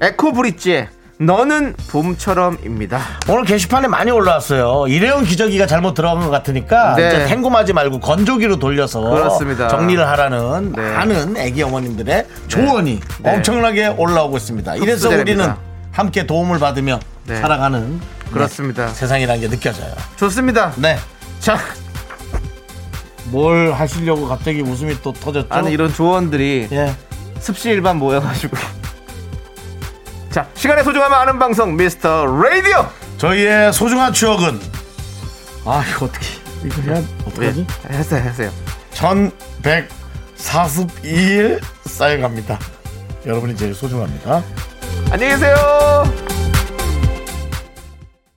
Speaker 2: 에코 브릿지의 너는 봄처럼입니다.
Speaker 7: 오늘 게시판에 많이 올라왔어요. 일회용 기저귀가 잘못 들어간 것 같으니까
Speaker 2: 네.
Speaker 7: 이제 헹굼하지 말고 건조기로 돌려서
Speaker 2: 그렇습니다.
Speaker 7: 정리를 하라는
Speaker 2: 네.
Speaker 7: 많은 애기 어머님들의 조언이
Speaker 2: 네.
Speaker 7: 엄청나게 올라오고 있습니다. 이래서
Speaker 2: 흡수됩니다.
Speaker 7: 우리는 함께 도움을 받으며
Speaker 2: 네.
Speaker 7: 살아가는
Speaker 2: 그렇습니다.
Speaker 7: 네, 세상이라는 게 느껴져요.
Speaker 2: 좋습니다.
Speaker 7: 네.
Speaker 2: 자,
Speaker 7: 뭘 하시려고 갑자기 웃음이 또 터졌죠?
Speaker 2: 아니 이런 조언들이
Speaker 7: 예.
Speaker 2: 습시일반 모여가지고. 자, 시간의 소중함을 아는 방송 미스터 라디오.
Speaker 7: 저희의 소중한 추억은 네. 아 이거 어떻게 이거 해야 어떡하지?
Speaker 2: 예, 하세요, 하세요.
Speaker 7: 1142일 쌓여갑니다. 여러분이 제일 소중합니다.
Speaker 2: 안녕히 계세요.